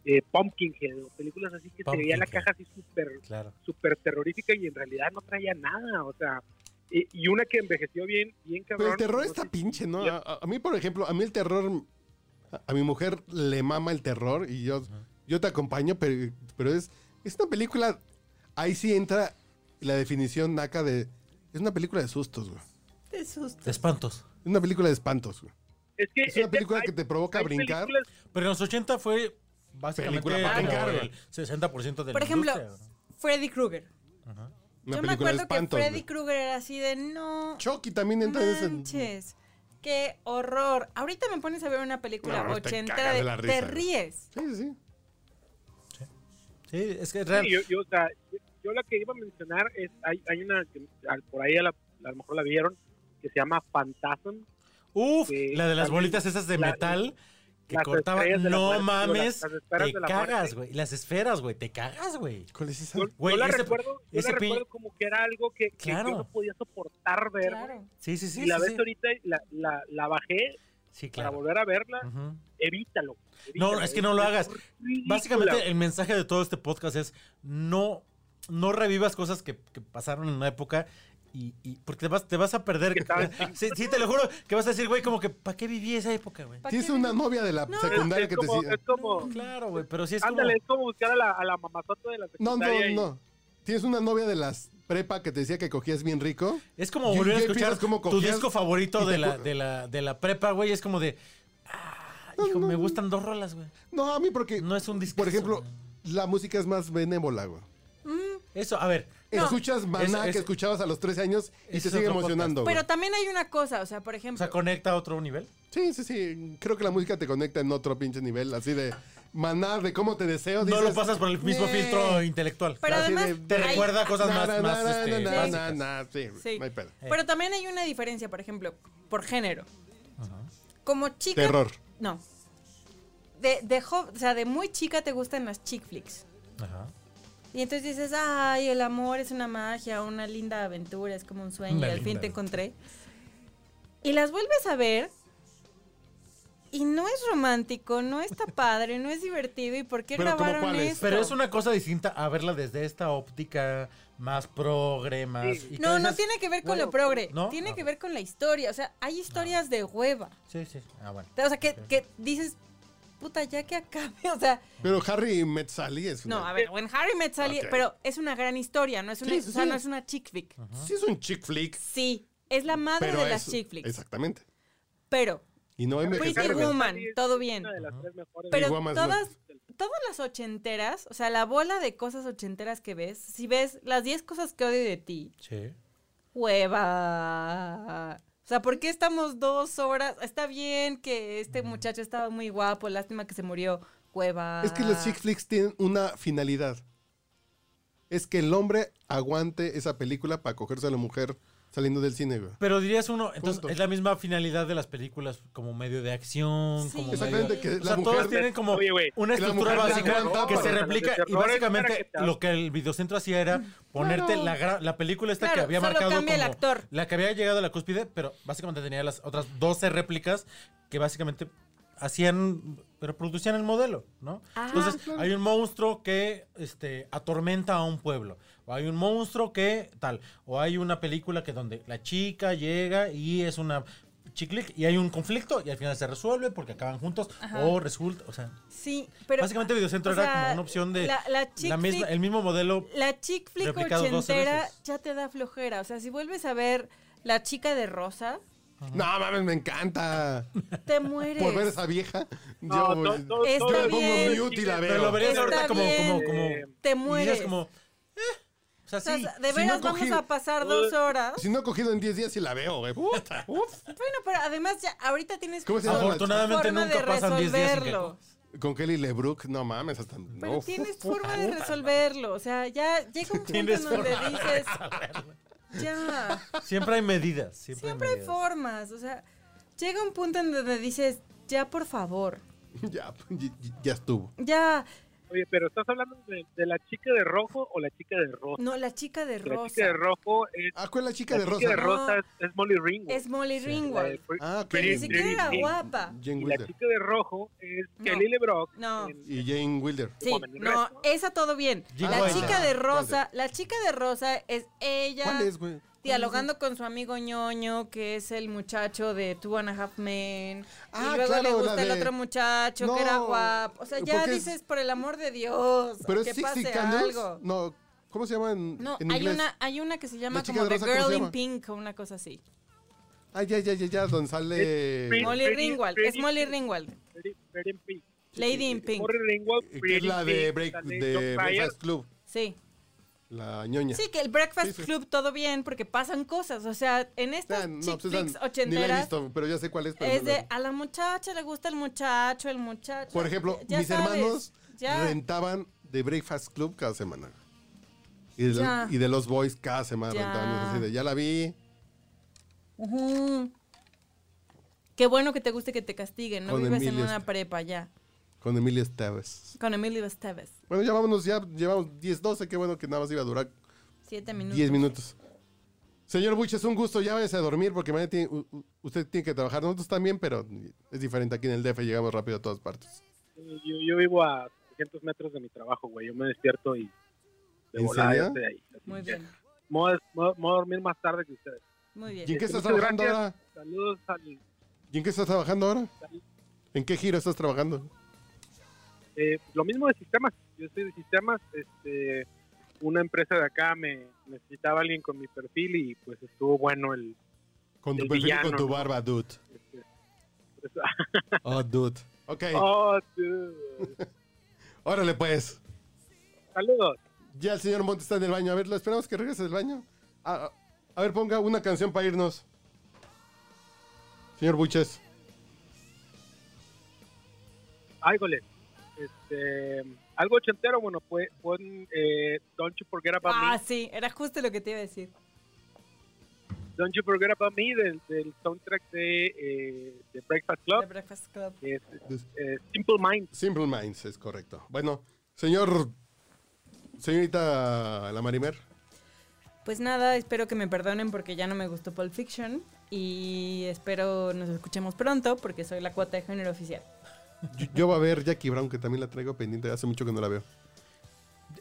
E: eh, Pumpkinhead, o películas así que se veía la
B: Pumpkinhead.
E: caja así súper
B: Claro.
E: súper terrorífica y en realidad no traía nada, o sea, y, y una que envejeció bien, bien
A: Pero
E: cabrón.
A: el terror
E: no
A: está
E: sé-
A: pinche, ¿no? A,
E: Ya.
A: a- a mí, por ejemplo, a mí el terror A, a mi mujer le mama el terror y yo, yo te acompaño, pero, pero es, es una película. Ahí sí entra la definición naca de. Es una película de sustos, güey.
D: Te asusta.
B: De espantos.
A: Es una película de espantos, güey.
E: Es que
A: Es una
E: que
A: película
E: Eh, hay-
A: que te provoca
E: hay
A: brincar.
E: películas-
B: Pero en los 80 fue básicamente
A: Película para
B: como
A: brincar, güey.
B: el 60% de
D: Por
B: la
D: ejemplo,
B: industria, güey.
D: Freddy Krueger.
A: Una
D: Yo me
A: película de
D: acuerdo que
A: espantos.
D: Freddy
A: güey.
D: Krueger era así de no.
A: Chucky también entra en ese.
D: Manches, qué horror. Ahorita me pones a ver una película
A: No, te
D: ochentera
A: cagas de
D: de,
A: la
D: te
A: risa, güey.
D: ríes.
A: Sí, sí, sí.
B: Sí, es que es real.
E: Sí, yo, yo, o sea, yo la que iba a mencionar es, hay, hay una, que al- por ahí a, la- a lo mejor la vieron, que se llama Phantasm.
B: Uf,
E: Sí,
B: la de las
E: también
B: bolitas esas de
E: la-
B: metal que
E: las
B: cortaban.
E: estrellas de la
B: No
E: muerte,
B: mames,
E: las- las esferas
B: te
E: de la
B: cagas,
E: muerte.
B: güey. Las esferas, güey, te cagas, güey.
A: ¿Cuál es esa?
E: Yo,
B: Güey, este
E: yo la
B: ese-
E: recuerdo, yo
B: ese
E: la
B: pi-
E: recuerdo como que era algo que, que
B: Claro.
E: yo no podía soportar ver.
D: Claro.
B: Sí, sí, sí.
E: y la
B: sí,
E: ves
B: sí.
E: ahorita, y la, la, la bajé
B: Sí,
E: para
B: claro.
E: volver a verla,
B: Ujú.
E: evítalo,
B: No,
E: evítalo,
B: es que no lo hagas.
E: ridícula.
B: Básicamente, el mensaje de todo este podcast es: no, no revivas cosas que, que pasaron en una época. Y, y- porque te vas, te vas a perder.
E: Que estaban
B: Sí, sí, te lo juro que vas a decir, güey, como que, ¿para qué viví esa época, güey?
D: ¿Pa'
A: Tienes
D: qué
A: una
D: digo?
A: novia de la
D: No,
E: Es,
A: secundaria
E: es
A: que
E: como,
A: te
E: es
A: sigue.
E: como,
B: Claro, güey, pero sí es como.
E: ándale, es como buscar a la, a la mamazota de la
A: No, no,
E: secundaria. y-
A: no. Tienes una novia de las prepa que te decía que cogías bien rico.
B: Es como
A: Y-
B: volver a
A: y
B: escuchar
A: empiezas como
B: tu
A: cogías
B: disco favorito
A: y te
B: de la,
A: acu-
B: de, la, de la prepa, güey. Es como de. Ah, hijo, me gustan dos rolas, güey.
A: No, a mí porque.
B: No es un disco.
A: Por ejemplo, la música es más benévola, güey.
B: Eso, a ver.
A: Escuchas
B: Eso-
A: maná que
B: eso-
A: escuchabas a los 13 años y te
B: Ese es
A: sigue
B: otro
A: emocionando, güey.
D: Pero también hay una cosa, o sea, por
B: O
D: ejemplo,
B: sea, conecta a otro nivel.
A: Sí, sí, sí. Creo que la música te conecta en otro pinche nivel, así de maná, de cómo te deseo.
B: No
A: dices,
B: lo pasas por el mismo
A: "Nee".
B: filtro intelectual.
D: pero
A: así de-
D: además
B: Te
D: hay-
B: recuerda a cosas
A: Na,
B: más.
A: na,
B: más,
A: na,
B: este,
A: na, na,
B: básicas.
A: na, na, sí,
D: Sí.
A: no hay pedo.
B: Eh.
D: Pero también hay una diferencia, por ejemplo, por género. Como chica.
A: Terror.
D: No. De, de jo- o sea, de muy chica te gustan las chick flicks.
B: Ajá.
D: Y entonces dices, ay, el amor es una magia, una linda aventura, es como un sueño,
B: Una
D: y al fin
B: linda
D: te encontré. Y las vuelves a ver y no es romántico, no está padre, no es divertido. ¿Y por qué
A: Pero, ¿cómo
D: grabaron
A: cuáles?
D: esto?
B: Pero es una cosa distinta a verla desde esta óptica más progre, más.
E: Sí.
B: y que
D: No, no
B: dices-
D: tiene que ver con
B: Bueno,
D: lo
A: pues,
D: progre,
B: ¿no?
D: tiene
B: Ah,
D: que
B: ok.
D: ver con la historia. O sea, hay historias de hueva.
B: Sí, sí. Ah, bueno.
D: O sea, que, que dices, puta, ya que acabe. O sea,
A: Pero Harry Metzali es una-
D: no, a ver, When Harry Met Sally,
A: Ok.
D: pero es una gran historia, no es una,
A: Sí, sí,
D: o sea,
A: sí.
D: no es una chick flick.
A: Sí es un chick flick,
D: Sí, es la ah. madre
A: pero
D: de
A: es-
D: las chick flicks. Pues
A: Exactamente.
D: Pero,
A: Y no me
D: Pretty Woman, todo bien.
E: Una de las tres mejores.
D: pero
A: Woman es
D: todas, todas las ochenteras, o sea, la bola de cosas ochenteras que ves, si ves las 10 cosas que odio de ti,
B: Sí.
D: hueva. O sea, ¿por qué estamos dos horas? Está bien que este
B: Mm.
D: muchacho estaba muy guapo, lástima que se murió. Hueva.
A: Es que los chick flicks tienen una finalidad. Es que el hombre aguante esa película para cogerse a la mujer saliendo del cine, güey.
B: Pero dirías uno, entonces
A: Punto.
B: es la misma finalidad de las películas como medio de acción,
D: Sí.
B: como medio...
A: Exactamente,
D: Oye,
A: que
B: O sea,
A: la
B: todos
A: mujer...
B: tienen como
E: Oye, güey,
B: una
A: que la
B: estructura
A: mujer
E: te
B: básica
E: aguanta
B: que se
E: para-
B: replica
E: para que
B: y
E: te ahorres para que
B: básicamente
E: te hagas.
B: lo que el videocentro hacía era ponerte la, gra- la película esta que
D: Mm. Claro,
B: había
D: solo
B: marcado
D: cambia el
B: como
D: actor.
B: la que había llegado a la cúspide, pero básicamente tenía las otras 12 réplicas que básicamente hacían reproducían el modelo, ¿no?
D: Ah,
B: Entonces, hay un monstruo que este atormenta a un pueblo, o hay un monstruo que tal, o hay una película que donde la chica llega y es una chiclic y hay un conflicto y al final se resuelve porque acaban juntos o resulta, o sea,
D: Sí, pero. ah,
B: Básicamente Videocentro
D: o
B: era
D: sea,
B: como una opción de
D: La, la chick
B: la misma,
D: flick-
B: el mismo modelo.
D: la chick flick
B: replicado 12
D: ochentera
B: veces.
D: ya te da flojera. O sea, si vuelves a ver La chica de rosa,
A: No, mames, me encanta.
D: te mueres.
A: Por ver esa vieja.
E: No,
A: yo,
E: to- to-
D: Está
E: todo
A: yo le
E: el
A: pongo
D: bien.
A: mute y la
B: Pero
A: veo.
B: lo verías
D: Está
B: ahorita como,
D: bien.
B: como, como.
D: Te
B: y dirías
D: mueres.
B: como. eh, o sea,
D: O sea,
B: sí,
D: de
B: si no
D: veras
B: cogí-
D: vamos a pasar dos horas.
A: Si no he cogido en 10 días, sí la veo, güey. Puta, uf.
D: Bueno, pero además ya ahorita tienes
A: ¿Cómo se llama?
B: Afortunadamente
D: forma de
B: nunca pasan 10 días. sin que-
D: resolverlo.
A: Con Kelly LeBrook, no mames, hasta.
D: Pero
A: no.
D: tienes forma de resolverlo. O sea, ya llega un punto
B: Tienes
D: en donde
B: forma de
D: dices. Ya.
B: Siempre hay medidas. Siempre,
D: Siempre
B: hay
D: hay
B: medidas.
D: formas. O sea, llega un punto en donde dices, ya por favor.
A: ya, ya, ya estuvo.
D: Ya.
E: Oye, pero estás hablando de, de la chica de rojo o la chica de rosa.
D: No, la chica de
E: La chica
D: rosa.
E: de rojo es
A: Ah, ¿cuál es la chica de
E: la
A: rosa?
E: chica de
D: ¿no?
E: rosa es, es Molly Ringwald.
D: Es Molly
E: La de
D: Ringwald.
E: Pre-
A: Ah, ok.
D: Que ni
E: Pretty-
D: siquiera era
E: Pretty Woman.
D: guapa.
A: Jane
E: Y la
A: Wilder.
E: chica de rojo es
D: No.
E: Kelly LeBrock.
D: No.
E: en-
A: Y Jane Wilder.
D: Sí,
E: Woman in Red,
D: no,
E: ¿no?
D: esa todo bien.
B: Jane
D: la
B: Wilder.
D: chica de
A: ¿Cuál
D: rosa, la chica de rosa es ella.
A: ¿Cuál es, güey?
D: dialogando con su amigo ñoño, que es el muchacho de Two and a Half Men.
A: Ah,
D: y luego
A: claro,
D: le
A: la
D: gusta el
A: de-
D: otro muchacho,
A: No,
D: que era guapo. O sea, ya
A: porque es-
D: dices, por el amor de Dios,
A: Pero
D: que
A: es Sixty
D: pase
A: Candles.
D: algo.
A: No, ¿cómo se llama en,
D: No,
A: en
D: hay
A: inglés?
D: una, hay una que se llama
A: La chica de
D: como The
A: rosa, ¿cómo
D: Girl
A: se
D: in
A: llama?
D: Pink o una cosa así.
A: Ay, ya, ya, ya, ya, donde sale.
E: Pink.
D: Molly
E: Pretty-
D: Ringwald,
E: Pretty
D: es Molly
E: Pink.
D: Ringwald.
E: Pretty- Pretty in Pink.
D: Lady in Pink.
E: Corre lengua,
A: eh, Que es
E: Pretty
A: la de,
E: Pink,
A: break,
E: sale
A: de
E: John Mayer.
A: Breakfast Club,
D: Sí.
A: la ñoña.
D: Sí, que el Breakfast
A: Sí, sí.
D: Club todo bien porque pasan cosas. O sea, en estas
A: Ah, no,
D: chick
A: pues esa
D: flicks
A: ni la he
D: ochenteras
A: visto, pero ya sé cuál es. pero
D: es
A: no la-
D: de a la muchacha le gusta el muchacho, el muchacho.
A: Por ejemplo,
D: Ya
A: mis
D: sabes,
A: hermanos
D: ya.
A: rentaban de Breakfast Club cada semana. Y de,
D: Ya.
A: y de los boys cada semana
D: Ya.
A: rentaban. Así de, ya la vi.
D: Ujú. Qué bueno que te guste que te castiguen. No
A: Con
D: vives en
A: Emilio
D: una
A: Estevez.
D: prepa ya.
A: Con Emilio Esteves.
D: Con Emilio Esteves.
A: Bueno, ya vámonos, ya llevamos 10, 12. Qué bueno que nada más iba a durar
D: Siete minutos.
A: 10 minutos. Señor Buch, es un gusto. Ya váyase a dormir porque mañana tiene- u- u- usted tiene que trabajar. Nosotros también, pero es diferente. Aquí en el DF llegamos rápido a todas partes.
E: Yo, yo vivo a 300 metros de mi trabajo, güey. Yo me despierto y de
A: ¿En
E: volada
A: serio?
E: ya estoy ahí. Así
D: Muy
E: que
D: bien,
E: Me voy, a- me voy a- me voy a dormir más tarde que ustedes.
D: muy
A: ¿Y en
D: bien.
A: qué
E: Este,
A: estás
E: muchas
A: trabajando
E: gracias.
A: ahora?
E: Saludos al.
A: ¿Y en qué estás trabajando ahora? ¿En qué giro estás trabajando?
E: eh, lo mismo de sistemas. Yo soy de sistemas. Este, una empresa de acá me necesitaba alguien con mi perfil y pues estuvo bueno el.
A: Con tu
E: El
A: perfil y con
E: villano,
A: tu
E: ¿no?
A: barba, dude.
E: este,
A: Oh, dude. Ok,
E: oh, dude.
A: órale pues.
E: Saludos.
A: Ya el señor Montes está en el baño. A ver, lo esperamos que regrese del baño. A, a- a ver, ponga una canción para irnos. Señor Buches.
E: Ay, goles. Este, algo ochentero, bueno, fue, fue eh, Don't You Forget About Me.
D: Ah, sí, era justo lo que te iba a decir.
E: Don't You Forget About Me del, del soundtrack de, eh, de Breakfast
D: The
E: Club,
D: Breakfast Club.
E: que es eh, Simple Minds.
A: Simple Minds, es correcto. Bueno, señor. Señorita La Marimer.
D: Pues nada, espero que me perdonen porque ya no me gustó Pulp Fiction y espero nos escuchemos pronto porque soy la cuota de género oficial.
A: Yo, yo voy a ver Jackie Brown, que también la traigo pendiente. Hace mucho que no la veo.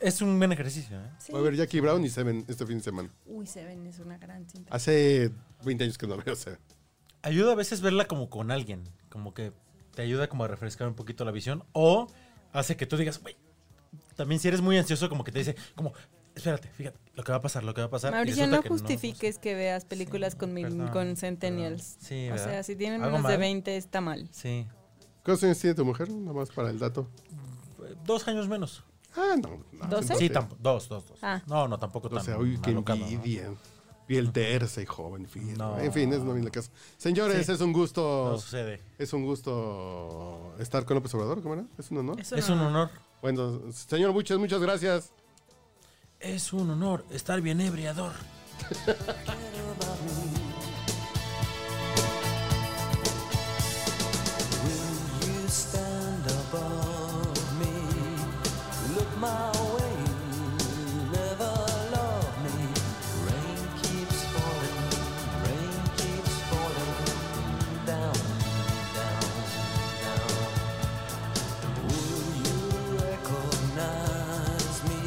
B: Es un buen ejercicio, ¿eh?
D: Sí.
A: Voy a ver Jackie Brown y Seven este fin de semana.
D: Uy, Seven es una gran cinta.
A: Hace 20 años que no veo Seven.
B: Ayuda a veces verla como con alguien, como que te ayuda como a refrescar un poquito la visión o hace que tú digas, güey, también si eres muy ansioso como que te dice, como, espérate, fíjate, lo que va a pasar, lo que va a pasar. y
D: Mauricio,
B: resulta
D: no
B: que pues,
D: justifiques que veas películas
B: Sí,
D: con, mil-
B: perdón,
D: con centennials.
B: perdón. Sí,
D: o
B: ¿verdad?
D: sea, si tienen
B: ¿Algo
D: menos de
B: mal?
D: 20 está mal.
B: Sí,
A: ¿Cuántos años tiene tu mujer? Nada más para el dato.
B: dos años menos.
A: Ah, no. no
D: ¿Doce?
B: Sí,
A: entonces-
B: tampoco, dos, dos, dos.
D: Ah.
B: No, no, tampoco
A: O
B: tan
A: sea, uy, qué
B: alocado, ¿no?
A: envidia. Piel tersa y joven, fíjate.
B: No.
A: En fin, es no viene el caso. Señores,
B: Sí.
A: es un gusto.
B: No sucede.
A: Es un gusto estar con López Obrador, ¿cómo era? Es un honor.
D: Eso
B: Es
D: no-
B: un honor.
A: Bueno, señor Buches, muchas gracias.
B: Es un honor estar bien ebriador.
I: You stand above me, look my way, never love me. Rain keeps falling, rain keeps falling, down, down, down. Will you recognize me?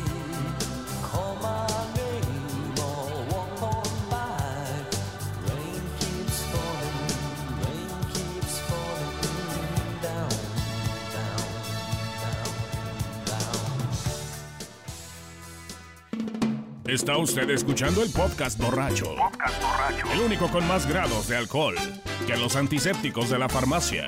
I: Call my name or walk on by. Rain keeps falling, rain keeps falling, down, down, down, down.
H: Está usted escuchando el podcast borracho. El único con más grados de alcohol que los antisépticos de la farmacia.